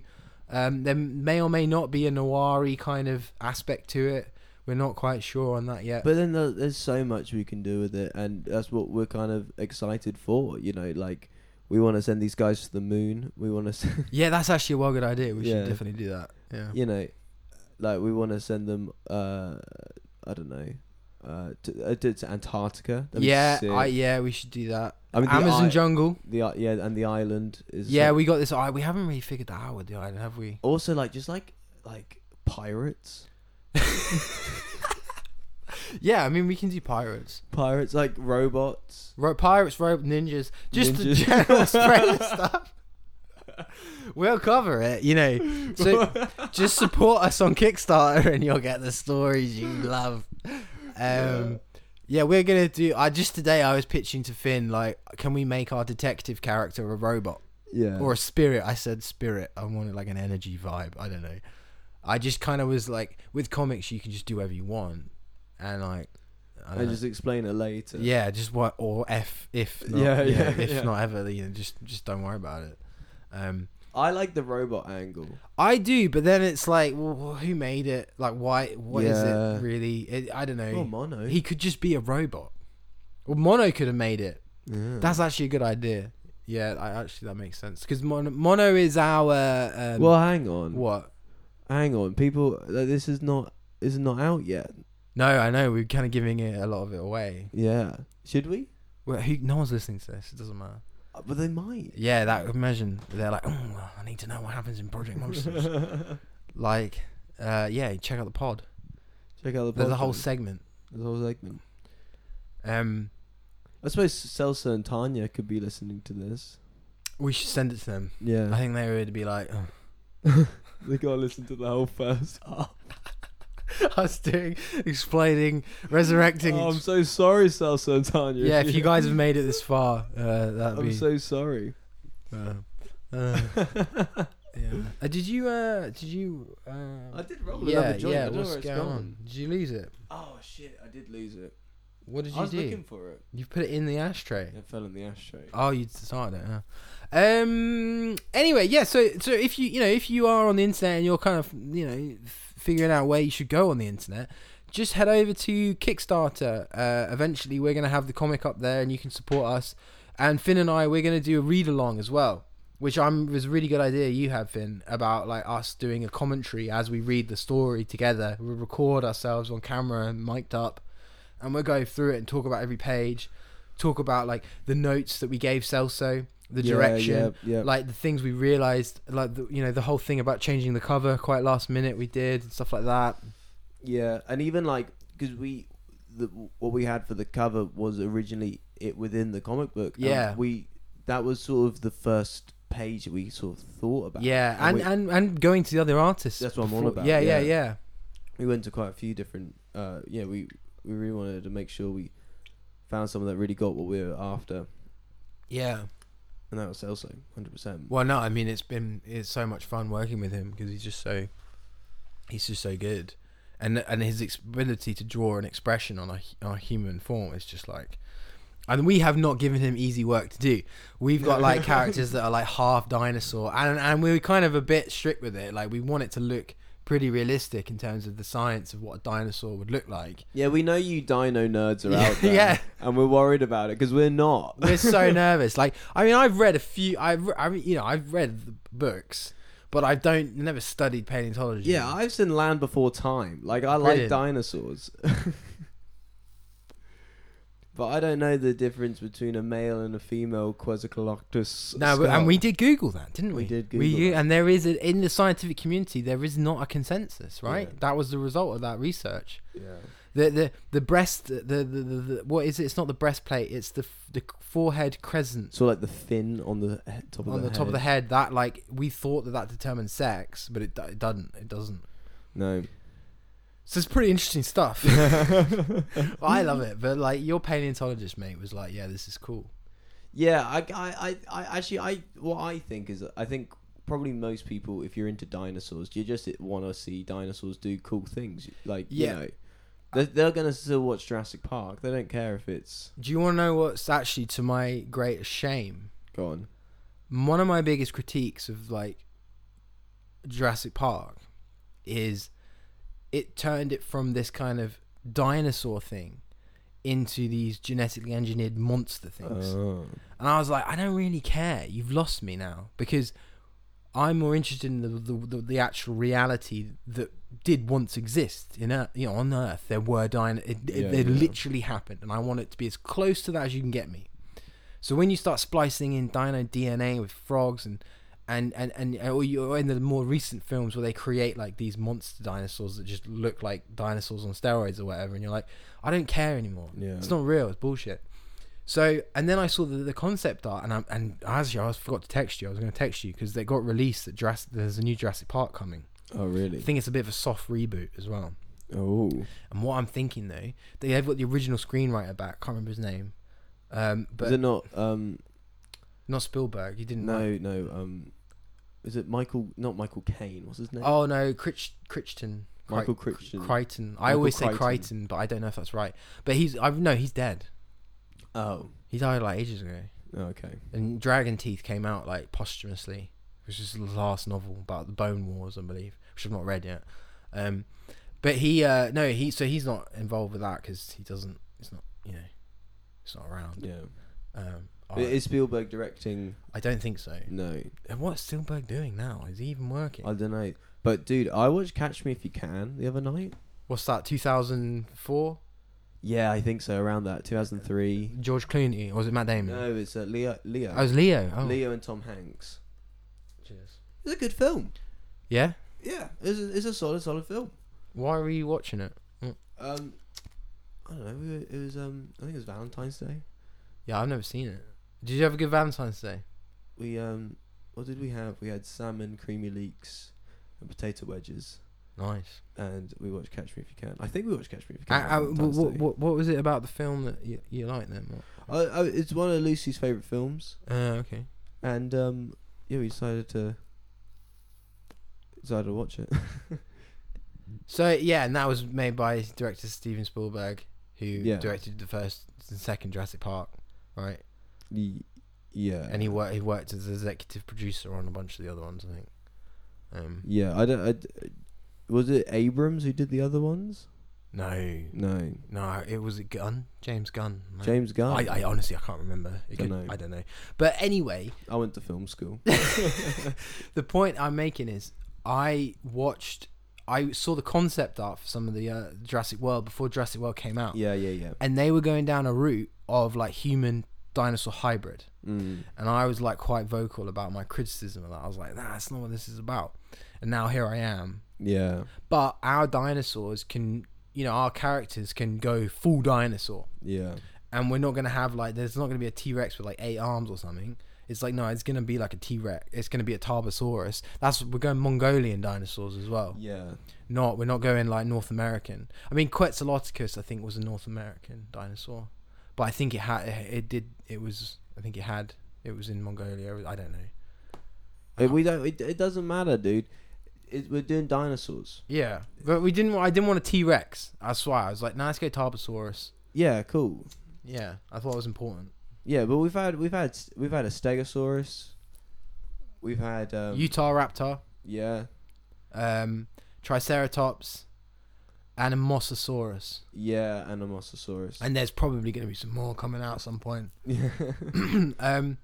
Um, there may or may not be a noiry kind of aspect to it. We're not quite sure on that yet. But then there- there's so much we can do with it, and that's what we're kind of excited for. You know, like we want to send these guys to the moon. We want to, send, yeah, that's actually a well good idea. We Yeah. should definitely do that. Yeah. you know, like we want to send them. uh I don't know. Uh, to, uh, to, to Antarctica. That'd be Yeah, sick. I, yeah, we should do that. I mean, the Amazon i- jungle. The i- yeah, and the island is Yeah, like- we got this. I we haven't really figured that out with the island, have we? also like just like like pirates, Yeah, I mean we can do pirates, pirates like robots. Ro- pirates, rope ninjas, just the Ninjas. general spread of stuff. We'll cover it, you know. So just support us on Kickstarter, and you'll get the stories you love. Um, yeah. we're gonna do. I just today I was pitching to Finn like, can we make our detective character a robot Yeah. or a spirit? I said spirit. I wanted like an energy vibe. I don't know. I just kind of was like, with comics you can just do whatever you want, and like, I don't and know. just explain it later. uh, Yeah, just what or f if not, Yeah, yeah, yeah, if yeah. not ever, you know, just just don't worry about it. Um, I like the robot angle. I do, but then it's like, well, who made it? Like, why? What is Yeah. it really? It, I don't know. Oh, mono. He could just be a robot. Well, Mono could have made it. Yeah. That's actually a good idea. Yeah, I, actually that makes sense because Mono, Mono is our um, Well, hang on. what? Hang on, people. Like, this is not is not out yet. No, I know we're kind of giving it a lot of it away. Yeah. Should we? Well, who, no one's listening to this. It doesn't matter. Uh, But they might. Yeah, that imagine they're like, oh, I need to know what happens in Project Monsters. like uh yeah check out the pod Check out the. there's a whole podcast. segment There's a whole segment. um I suppose Celsa and Tanya could be listening to this. we should send it to them i Yeah. think they would be like "Oh, they gotta listen to the whole first half. us doing explaining resurrecting. Oh, I'm so sorry, Sal Santana. yeah, if you guys have made it this far, uh, that'd I'm be. so sorry. uh, uh, yeah. Uh, did you? Uh, did you? Uh, I did roll yeah, another joint. yeah. I don't know what's where it's going gone. on? Did you lose it? Oh shit! I did lose it. What did I you was do? looking for it. You put it in the ashtray. It fell in the ashtray. Oh, you started it. Huh? Um. Anyway, yeah. So, so if you you know if you are on the internet and you're kind of you know f- figuring out where you should go on the internet, just head over to Kickstarter. Uh, eventually, we're gonna have the comic up there, and you can support us. And Finn and I, we're gonna do a read along as well, which I'm was a really good idea you had Finn about like us doing a commentary as we read the story together. We record ourselves on camera and mic'd up, and we'll go through it and talk about every page talk about like the notes that we gave Celso, the direction, Yeah, yeah. like the things we realized, like the, you know the whole thing about changing the cover quite last minute we did and stuff like that. Yeah, and even like because we, the, what we had for the cover was originally it within the comic book. and Yeah. we that was sort of the first page that we sort of thought about. Yeah, and we, and and going to the other artists. That's what I'm all before- about, Yeah, yeah, yeah. yeah. we went to quite a few different. Uh, yeah, we we really wanted to make sure we found someone that really got what we were after, Yeah. and that was Celso, hundred percent. Well, no, I mean it's been it's so much fun working with him because he's just so he's just so good, and and his ex- ability to draw an expression on a, hu- on a human form is just like. And we have not given him easy work to do. We've got like characters that are like half dinosaur, and and we're kind of a bit strict with it. Like we want it to look pretty realistic in terms of the science of what a dinosaur would look like. Yeah, we know you dino nerds are out there, yeah, and we're worried about it because we're not. we're so nervous. Like, I mean, I've read a few. I've, re- I mean, you know, I've read the books, but I don't never studied paleontology. Yeah, I've seen Land Before Time. Like I Brilliant. like dinosaurs. but I don't know the difference between a male and a female Quetzalcoatlus. no, but- and we did Google that, didn't we? We did we, Google that. and there is a, in the scientific community there is not a consensus, right? Yeah. That was the result of that research. Yeah. The the the breast the the, the, the what is it? It's not the breastplate. It's the f- the forehead crescent So like the fin on the he- top of on the the top of the head. head. That like we thought that that determined sex, but it do- it doesn't. It doesn't. No. So it's pretty interesting stuff. Well, I love it, but like your paleontologist mate was like, "Yeah, this is cool." Yeah, I, I, I, I actually, I what I think is, I think probably most people, if you're into dinosaurs, you just want to see dinosaurs do cool things. Like, Yeah. you know, they're, they're gonna still watch Jurassic Park. They don't care if it's Do you want to know what's actually, to my great shame, gone. one of my biggest critiques of like Jurassic Park is it turned it from this kind of dinosaur thing into these genetically engineered monster Uh. things. Oh. And I was like, I don't really care. You've lost me now because I'm more interested in the the, the, the actual reality that did once exist in Earth, you know on Earth. There were dino. It, it, Yeah, they yeah. literally happened, and I want it to be as close to that as you can get me. So when you start splicing in dino DNA with frogs and and and and or you or in the more recent films where they create like these monster dinosaurs that just look like dinosaurs on steroids or whatever, and you're like, I don't care anymore. Yeah. It's not real. It's bullshit. So, and then I saw the, the concept art, and I and actually I was- forgot to text you. I was going to text you because they got released that Jurassic, there's a new Jurassic Park coming. Oh I really? think it's a bit of a soft reboot as well. Oh. And what I'm thinking though, they've got the original screenwriter back. Can't remember his name, um, Is but it not? Um, not Spielberg. He didn't. write- no, no. Um, is it Michael? Not Michael Caine. What's his name? Oh no, Critch, Crichton. Cri- Michael Crichton. Crichton. I Michael always say Crichton. Crichton, but I don't know if that's right. But he's I no, he's dead. oh. He died like ages ago. Okay. And Dragon Teeth came out like posthumously, which is the last novel about the Bone Wars, I believe, which I've not read yet. Um, but he, uh, no, he, so he's not involved with that because he doesn't. It's not, you know, it's not around. Yeah. Um, I, Is Spielberg directing? I don't think so. No, And what's Spielberg doing now? Is he even working? I don't know. But dude, I watched Catch Me If You Can the other night. what's that? Two thousand four? Yeah, I think so. Around that, 2003. George Clooney or was it Matt Damon? No, it's uh, Leo. Leo. I was Leo. Oh, Leo and Tom Hanks. It's a good film. yeah. Yeah, it's a, it's a solid, solid film. Why were you watching it? Um, I don't know. we were- It was um, I think it was Valentine's Day. Yeah, I've never seen it. Did you have a good Valentine's Day? We um, what did we have? We had salmon, creamy leeks, and potato wedges. Nice. and we watched Catch Me If You Can. I think we watched Catch Me If You Uh, Can. uh, on what, what, Valentine's Day. what, what was it about the film that you, you liked then? What? Oh, oh, it's one of Lucy's favorite films, Uh, okay. and um, yeah, we decided to decided to watch it. So yeah, and that was made by director Steven Spielberg, who Yeah. directed the first and second Jurassic Park, right? Y- yeah, And he worked he worked as executive producer on a bunch of the other ones, I think. Um, yeah, I don't. I d was it Abrams who did the other ones? no, No, no, it was a Gunn, James Gunn. man. James Gunn. I, I honestly I can't remember. It could, Dunno. I don't know. But anyway, I went to film school. the point I'm making is I watched, I saw the concept art for some of the uh, Jurassic World before Jurassic World came out, yeah, yeah, yeah. and they were going down a route of like human dinosaur hybrid, Mm. and I was like quite vocal about my criticism of that. I was like, nah, that's not what this is about, and now here I am. Yeah, But our dinosaurs can, you know, our characters can go full dinosaur yeah, and we're not gonna have like there's not gonna be a T Rex with like eight arms or something. It's like no, it's gonna be like a T Rex. It's gonna be a Tarbosaurus. That's we're going Mongolian dinosaurs as well. yeah. Not we're not going like North American. I mean Quetzalcoatlus I think was a North American dinosaur, but I think it had it, it did it was I think it had it was in Mongolia. I don't know. Uh, we don't. It, it doesn't matter, dude. It, we're doing dinosaurs. Yeah, but we didn't. wa- I didn't want a T Rex. That's why I was like, nah, let's go Tarbosaurus. Yeah, cool. Yeah, I thought it was important. Yeah, but we've had we've had we've had a Stegosaurus. We've had um, Utah Raptor. yeah um, Triceratops, and a Mosasaurus. yeah Anamosasaurus. And there's probably going to be some more coming out at some point. yeah. um,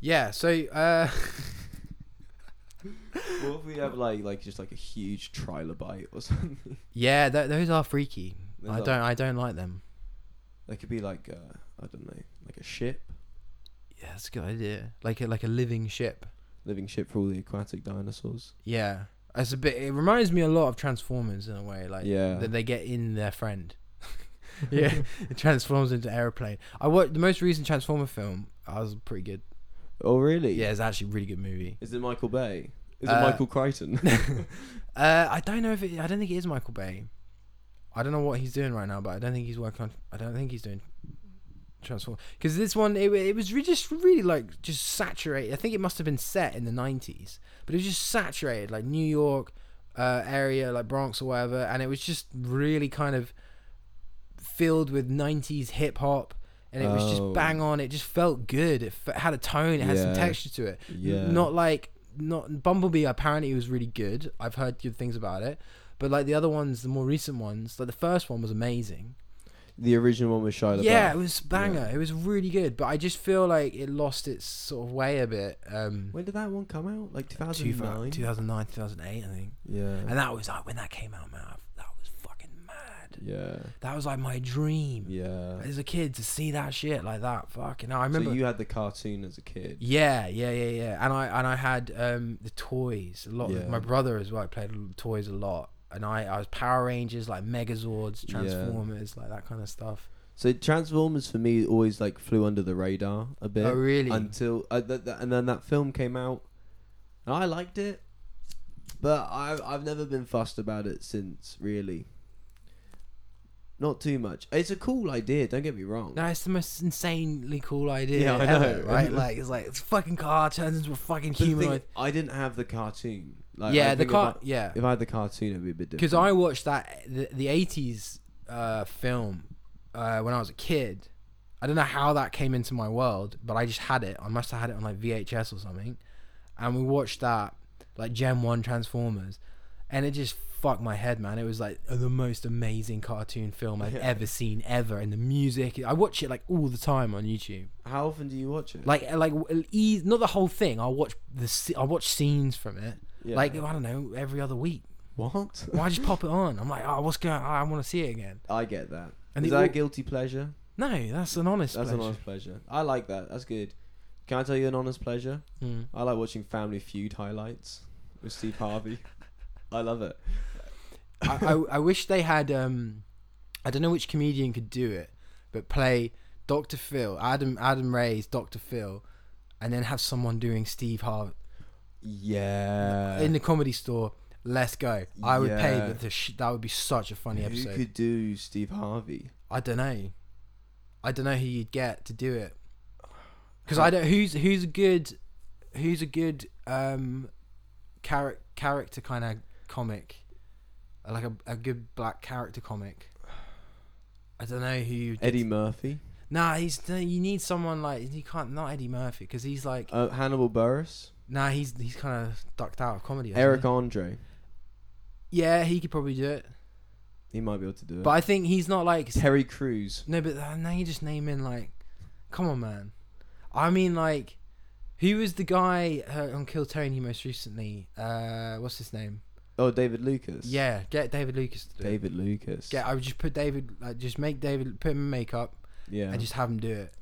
yeah, so uh, what if we have like like just like a huge trilobite or something? yeah, th- those are freaky. Those I are- don't, I don't like them. That could be like uh, I don't know, like a ship, Yeah, that's a good idea. Like a, like a living ship. living ship for all the aquatic dinosaurs. Yeah, it's a bit. It reminds me a lot of Transformers in a way. Like Yeah. that they get in their friend. yeah, it transforms into airplane. I watched the most recent Transformer film. I was pretty good. Oh really? Yeah, it's actually a really good movie. Is it Michael Bay? Is Uh, it Michael Crichton? Uh, I don't know if it, I don't think it is Michael Bay. I don't know what he's doing right now, but I don't think he's working on. I don't think he's doing Transform because this one it, it was re- just really like just saturated. I think it must have been set in the nineties, but it was just saturated like New York uh, area, like Bronx or whatever, and it was just really kind of filled with nineties hip hop. And it was Oh. just bang on. It just felt good. It f- had a tone. It had some Yeah. texture to it. yeah. Not like not Bumblebee apparently was really good. I've heard good things about it. But like the other ones, the more recent ones, like the first one was amazing. the original one with Shia LaBeouf. Yeah, it was banger. It was really good. But I just feel like it lost its sort of way a bit. Um When did that one come out? Like 2009? 2009, 2008, I think. Yeah. And that was like when that came out, man. I- That was fucking mad. Yeah. That was like my dream Yeah. as a kid to see that shit like that. Fucking, hell, I remember. So you had the cartoon as a kid. Yeah, yeah, yeah, yeah. And I and I had um the toys a lot. Yeah. My brother as well I played l- toys a lot, and I I was Power Rangers like Megazords, Yeah. Transformers, like that kind of stuff. So Transformers for me always like flew under the radar a bit Oh really? until uh, th- th- and then that film came out and I liked it, but I I've never been fussed about it since really. Not too much. It's a cool idea. Don't get me wrong. no, it's the most insanely cool idea Yeah, I ever, know. right? Like it's like it's a fucking car turns into a fucking But the thing- humanoid. I didn't have the cartoon. Like, I yeah, the think if car. I- Yeah, If I had the cartoon, it'd be a bit different. because I watched that the, the 80s uh, film uh, when I was a kid. I don't know how that came into my world, but I just had it. I must have had it on like VHS or something, and we watched that like Gen One Transformers, and it just fucked my head, man. It was like the most amazing cartoon film I've ever seen ever, and the music. I watch it like all the time on YouTube. How often do you watch it? Like like e- not the whole thing. I watch the se- I watch scenes from it. Yeah. Like I don't know every other week. what? Why just pop it on? I'm like, oh, what's going? on? I want to see it again. I get that. Is And the that a au- guilty pleasure? No, that's an honest. That's pleasure. an honest pleasure. I like that. That's good. Can I tell you an honest pleasure? Mm. I like watching Family Feud highlights with Steve Harvey. I love it. I, I I wish they had. Um, I don't know which comedian could do it, but play Doctor Phil, Adam Adam Ray's Doctor Phil, and then have someone doing Steve Harvey Yeah. in the comedy store Let's go. I would pay Yeah. that. The sh- that would be such a funny Who episode. could do Steve Harvey? I don't know. I don't know who you'd get to do it. Because I don't. Who's who's a good, who's a good um, character character kind of comic, like a, a good black character comic. I don't know who. You'd Eddie Murphy, Nah, he's no, you need someone like you can't not Eddie Murphy because he's like uh, Hannibal Burris, nah he's he's kind of ducked out of comedy. hasn't Eric he? Andre. Yeah, he could probably do it, He might be able to do it. but I think he's not like Terry Crews. No, but uh, now you're just naming like, come on, man. I mean, like, who was the guy uh, on Kill Tony most recently? Uh, what's his name? Oh, David Lucas. Yeah, get David Lucas to do it. David Lucas. Get, I would just put David, like, just make David put him in makeup yeah. and just have him do it.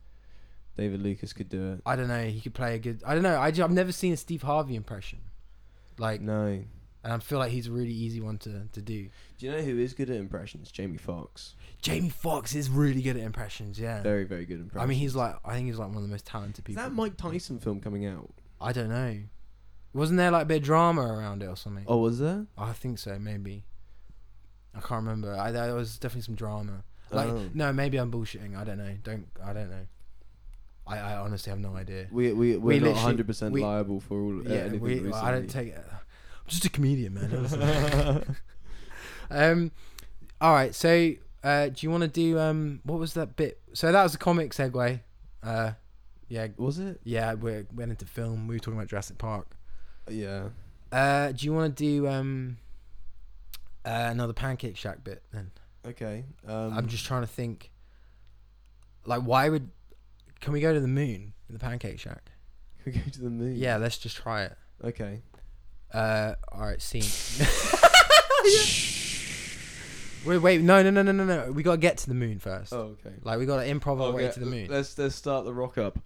David Lucas could do it. I don't know. He could play a good. I don't know. I have never seen a Steve Harvey impression, like, No. and I feel like he's a really easy one to to do. Do you know who is good at impressions? Jamie Foxx. Jamie Foxx is really good at impressions. Yeah, Very, very good I impressions. mean, he's like, I think he's like one of the most talented Is people. that Mike Tyson film coming out? I don't know. Wasn't there like a bit of drama around it or something? Oh, was there? I think so, maybe. I can't remember. I, there was definitely some drama. Like, Oh. no, maybe I'm bullshitting. I don't know. Don't I don't know. I, I honestly have no idea. We We we we're not literally- 100 percent we- liable for all uh, yeah, anything we, that we I don't say. take. I'm just a comedian, man. honestly. um, all right. So, uh, do you want to do um, what was that bit? So that was the comic segue. Uh, yeah, Was it? yeah. We went into film. We were talking about Jurassic Park. Yeah. Uh, do you want to do um uh, another pancake shack bit then? Okay. Um, I'm just trying to think. Like, why would? Can we go to the moon in the pancake shack? Can we go to the moon? Yeah, let's just try it. Okay. Uh, all right, scene. wait, wait, no, no, no, no, no, no. We gotta get to the moon first. Oh, okay. Like, we gotta improv our way Okay, to the moon. Let's let's start the rock up.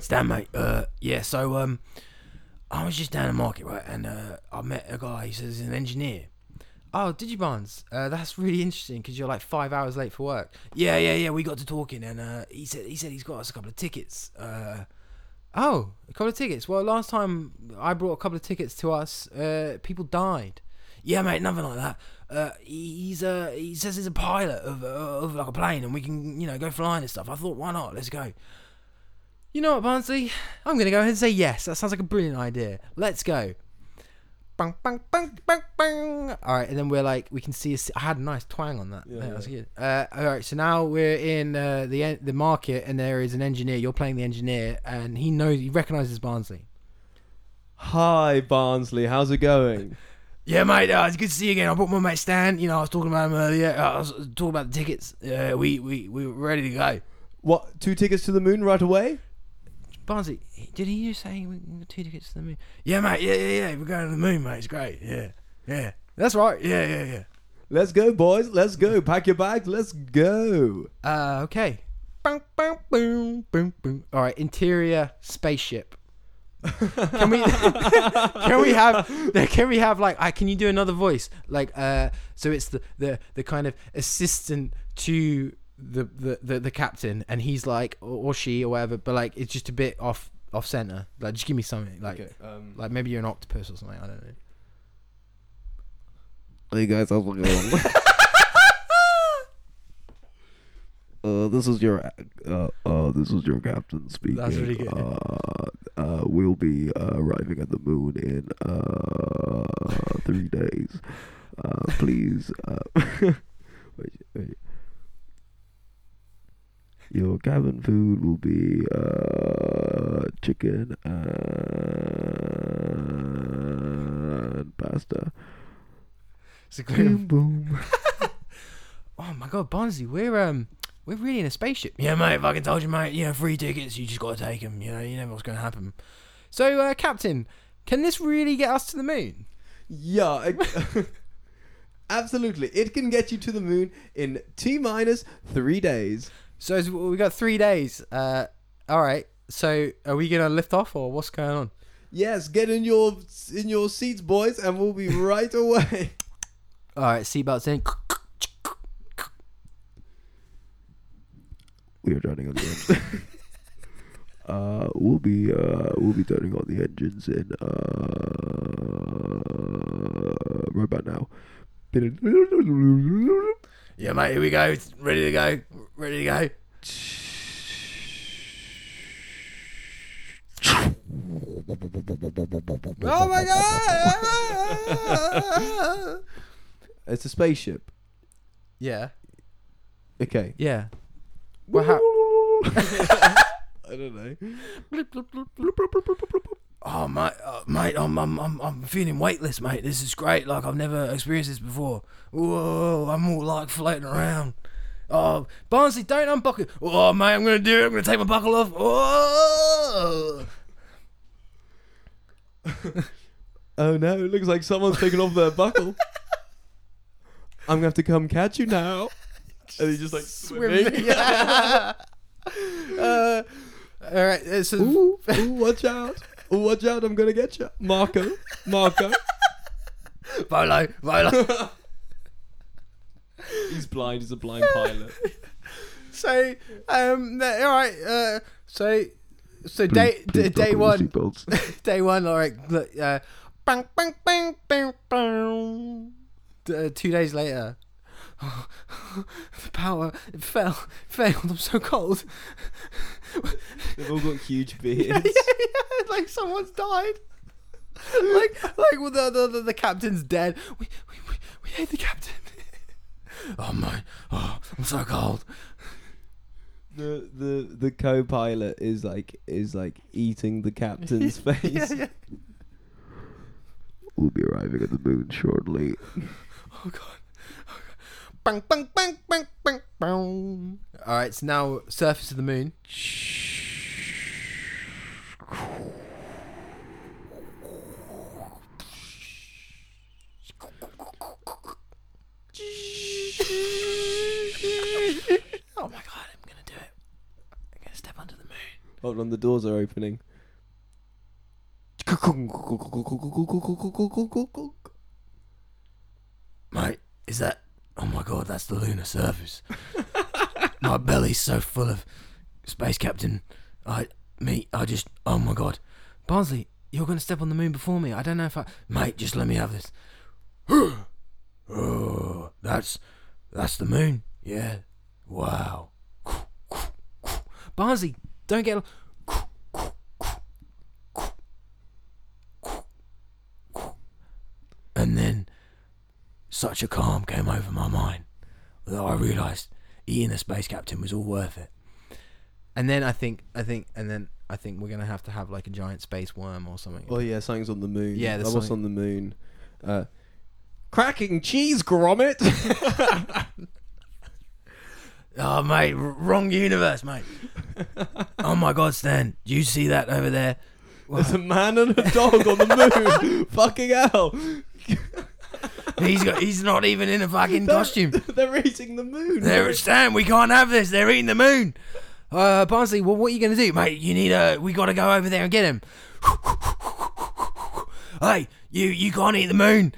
Stan, mate. Uh, yeah. So, um, I was just down the market, right, and uh, I met a guy. He says he's an engineer. Oh, Digibonds. Uh, that's really interesting because you're like five hours late for work. Yeah, yeah, yeah. We got to talking, and uh, he said he said he's got us a couple of tickets. Uh, oh, a couple of tickets. Well, last time I brought a couple of tickets to us, uh, people died. Yeah, mate, nothing like that. Uh, he- he's uh, he says he's a pilot of, uh, of like a plane, and we can you know go flying and stuff. I thought, why not? Let's go. You know what, Barnsley? I'm gonna go ahead and say yes. That sounds like a brilliant idea. Let's go. Bang, bang, bang, bang, bang. All right, and then we're like, we can see. A, I had a nice twang on that. Yeah, that was yeah. good. Uh, all right, so now we're in uh, the en- the market, and there is an engineer. You're playing the engineer, and he knows, he recognizes Barnsley. Hi Barnsley, how's it going? Yeah, mate, uh, it's good to see you again. I brought my mate Stan. You know, I was talking about him earlier. Uh, I was talking about the tickets. Uh, we we we were ready to go. What? Two tickets to the moon right away? Barnsley, did he just say we got two tickets to the moon? Yeah, mate. Yeah, yeah, yeah. We're going to the moon, mate. It's great. Yeah, yeah. That's right. Yeah, yeah, yeah. Let's go, boys. Let's go. Pack your bags. Let's go. Uh, okay. Boom, boom, boom, boom, boom. All right, interior spaceship. can we can we have can we have like I can you do another voice like uh so it's the the the kind of assistant to the the the, the captain and he's like or, or she or whatever but like it's just a bit off off center like just give me something like Um, like maybe you're an octopus or something I don't know Hey guys, how's it going? Uh, this is your uh, uh, this is your captain speaking. really good. Uh, uh, we'll be uh, arriving at the moon in uh, three days. Uh, please. Uh, wait, wait. Your cabin food will be uh, chicken and pasta. it's a good Boom, boom. Mm. Oh my god, Bonzi, we're um, we're really in a spaceship. Yeah, mate. Fucking told you, mate. You know, free tickets. You just gotta take them. You know, you never know what's gonna happen. So, uh, Captain, can this really get us to the moon? yeah. I- absolutely. It can get you to the moon in T minus three days. So is- we got three days. Uh, all right. So are we gonna lift off or what's going on? Yes, get in your in your seats, boys, and we'll be right away. All right, seatbelts in. We are joining on the end. Uh, we'll be uh, we'll be turning on the engines in uh, right about now. Yeah, mate, here we go. It's ready to go. Ready to go. Oh my god! It's a spaceship. Yeah. Okay. Yeah. Well, how- I don't know. oh, mate, oh, mate, I'm, I'm, I'm, I'm feeling weightless, mate. This is great. Like, I've never experienced this before. Whoa, I'm all like floating around. Oh, Barnsley, don't unbuckle. Oh, mate, I'm going to do it. I'm going to take my buckle off. Oh. Oh no! It looks like someone's taken off their buckle. I'm gonna have to come catch you now. And he's just like swimming. Yeah. uh, all right. uh, So Ooh, ooh, watch out! Ooh, watch out! I'm gonna get you, Marco. Marco. Volo, Volo. He's blind. He's a blind pilot. so, um, all right. Uh, so, so day d- day one, day one. All right. Look, uh, bang, bang, bang, bang, bang. D- uh, two days later. the power it fell failed i'm so cold They've all got huge beards. like someone's died like like well, the, the, the the captain's dead we we we, we hate the captain oh my oh i'm so cold The the the co-pilot is like is like eating the captain's face. yeah, yeah. We'll be arriving at the moon shortly. Oh god. Oh, God. Bang, bang, bang, bang, bang, bang. All right, so now surface of the moon. Oh my god, I'm gonna do it. I'm gonna step under the moon. Hold on, the doors are opening. Oh, Mate, is that. Oh my god, that's the lunar surface. my belly's so full of space captain. I. Me, I just. Oh my god. Barnsley, you're gonna step on the moon before me. I don't know if I. Mate, just let me have this. oh, that's. That's the moon. Yeah. Wow. Barnsley, don't get. And then such a calm came over my mind that I realised eating the space captain was all worth it. And then I think, I think, and then I think we're gonna have to have like a giant space worm or something. Oh yeah, something's on the moon. Yeah, there's that was something- on the moon. Uh, cracking cheese grommet. Oh mate, r- wrong universe, mate. oh my God, Stan, do you see that over there? there's a man and a dog on the moon. Fucking hell! He's got, he's not even in a fucking costume. They're eating the moon. There it's Stan. We can't have this. They're eating the moon. Uh, Barnsley, well, what are you going to do, mate? You need a. We got to go over there and get him. hey, you, you can't eat the moon.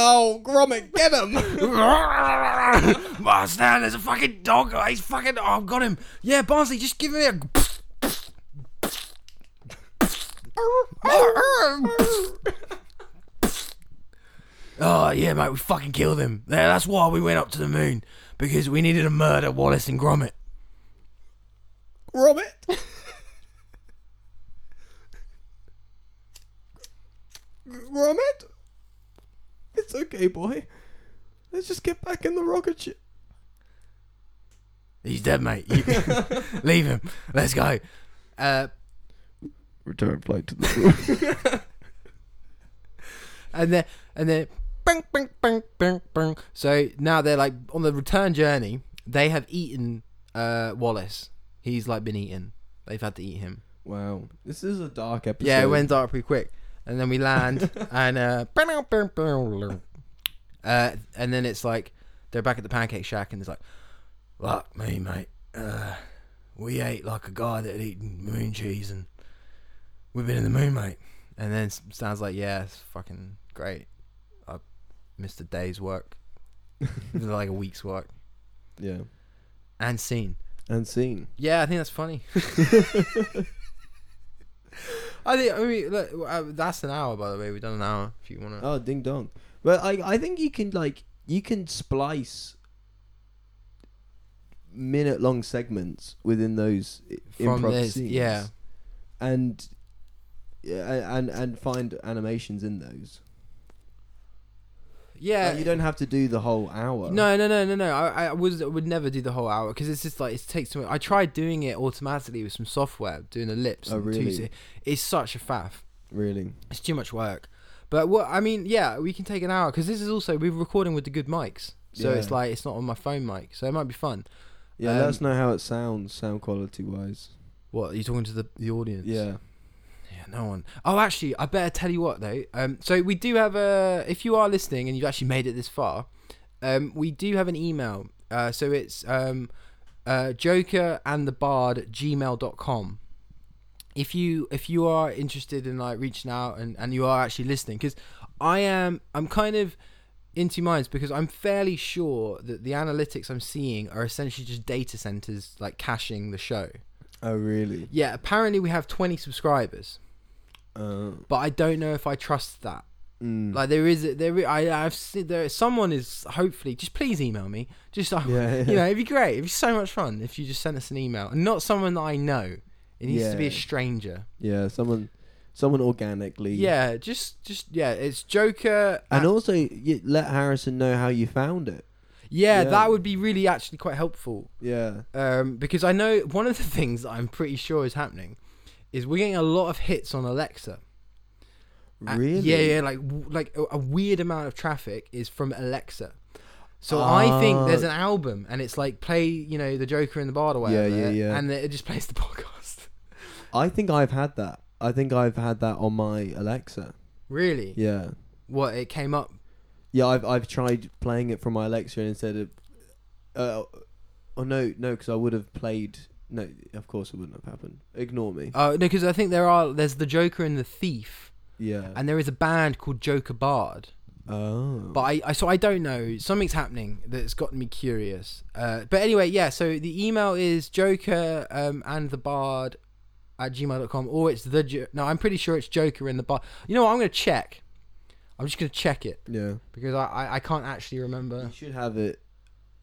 Oh, Gromit, get him! oh, Stan, there's a fucking dog. Oh, He's fucking. Oh, I've got him. Yeah, Barnsley, just give me a. Oh yeah, mate, we fucking killed him. Yeah, that's why we went up to the moon because we needed to murder Wallace and Gromit. Gromit! Grommet? It's okay, boy. Let's just get back in the rocket ship. He's dead, mate. You- leave him. Let's go. Uh, Return flight to the moon. and then and then bang bang bang bang bang. So now they're like on the return journey. They have eaten uh, Wallace. He's like been eaten. They've had to eat him. Wow, this is a dark episode. Yeah, it went dark pretty quick. And then we land and uh, uh and then it's like they're back at the pancake shack and it's like Fuck me, mate. Uh, we ate like a guy that had eaten moon cheese and we've been in the moon, mate. And then S- Stan's like, Yeah, it's fucking great. I missed a day's work. It was like a week's work. Yeah. and scene. and seen. Yeah, I think that's funny. I think I mean look, uh, that's an hour by the way. We've done an hour. If you want to, Oh, ding dong. But I, I think you can like you can splice minute long segments within those i- From improv this, scenes. yeah. And yeah, and and find animations in those. yeah, Like, you don't have to do the whole hour. No, no, no, no, no. I, I was would never do the whole hour because it's just like it takes so much. I tried doing it automatically with some software, doing the lips. Oh, and the really? two- It's such a faff. really. It's too much work. But what I mean, yeah, we can take an hour because this is also we're recording with the good mics, so it's Yeah. like it's not on my phone mic, so it might be fun. Yeah, Um, let us know how it sounds, sound quality wise. What are you talking to the the audience? Yeah, Yeah, no one. Oh, actually, I better tell you what though. Um, so we do have a. If you are listening and you've actually made it this far, um, we do have an email. Uh, so it's um, uh, Joker and the Bard at gmail.com. If you if you are interested in like reaching out and and you are actually listening, because I am I'm kind of into minds because I'm fairly sure that the analytics I'm seeing are essentially just data centers like caching the show. oh really? Yeah, apparently we have 20 subscribers Uh, but I don't know if I trust that. mm. Like there is there I I've seen there someone is hopefully just please email me. Just I Yeah, you know yeah. it'd be great. It'd be so much fun if you just sent us an email and not someone that I know. It needs to be a Yeah. stranger. yeah, someone, someone organically. Yeah, just just yeah, it's Joker. and at- also you let Harrison know how you found it. yeah, yeah. that would be really actually quite helpful Yeah, um, because I know one of the things that I'm pretty sure is happening is we're getting a lot of hits on Alexa. Uh, really. Yeah, yeah, like w- like a, a weird amount of traffic is from Alexa. So I think there's an album, and it's like play, you know, the Joker in the Bard or Ah. Yeah, whatever, yeah, yeah. and it just plays the podcast. I think I've had that. I think I've had that on my Alexa. really? Yeah. What it came up? Yeah, I've I've tried playing it from my Alexa and instead of uh oh no, no cuz I would have played no, of course it wouldn't have happened. Ignore me. Oh no, because I think there are there's the Joker and the Thief, Yeah. and there is a band called Joker Bard. oh. But I, I so I don't know. Something's happening that's gotten me curious. Uh, but anyway, yeah. So the email is Joker um, and the Bard at gmail.com or it's the jo- no. I'm pretty sure it's Joker and the Bard. You know what? I'm gonna check. I'm just gonna check it yeah. because I I, I can't actually remember. You should have it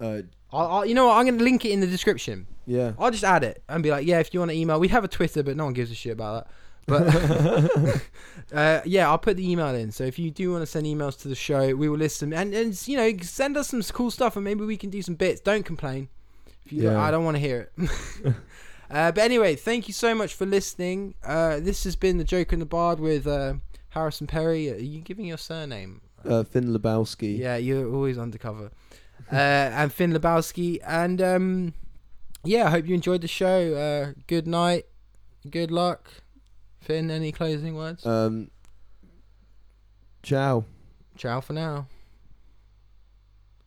uh I'll, I'll, you know what? I'm gonna link it in the description. yeah. I'll just add it and be like, yeah, if you want to email, we have a Twitter, but no one gives a shit about that. But uh, yeah, I'll put the email in. So if you do want to send emails to the show, we will listen and, and you know send us some cool stuff and maybe we can do some bits. Don't complain. If you Yeah. I don't want to hear it. uh, but anyway, thank you so much for listening. Uh, this has been the Joker in the Bard with uh, Harrison Perry. Are you giving your surname? Uh Finn Lebowski. Yeah, you're always undercover. uh, and Finn Lebowski. And um, yeah, I hope you enjoyed the show. Uh, good night. Good luck. Uh, Finn, any closing words? Um Ciao. Ciao for now.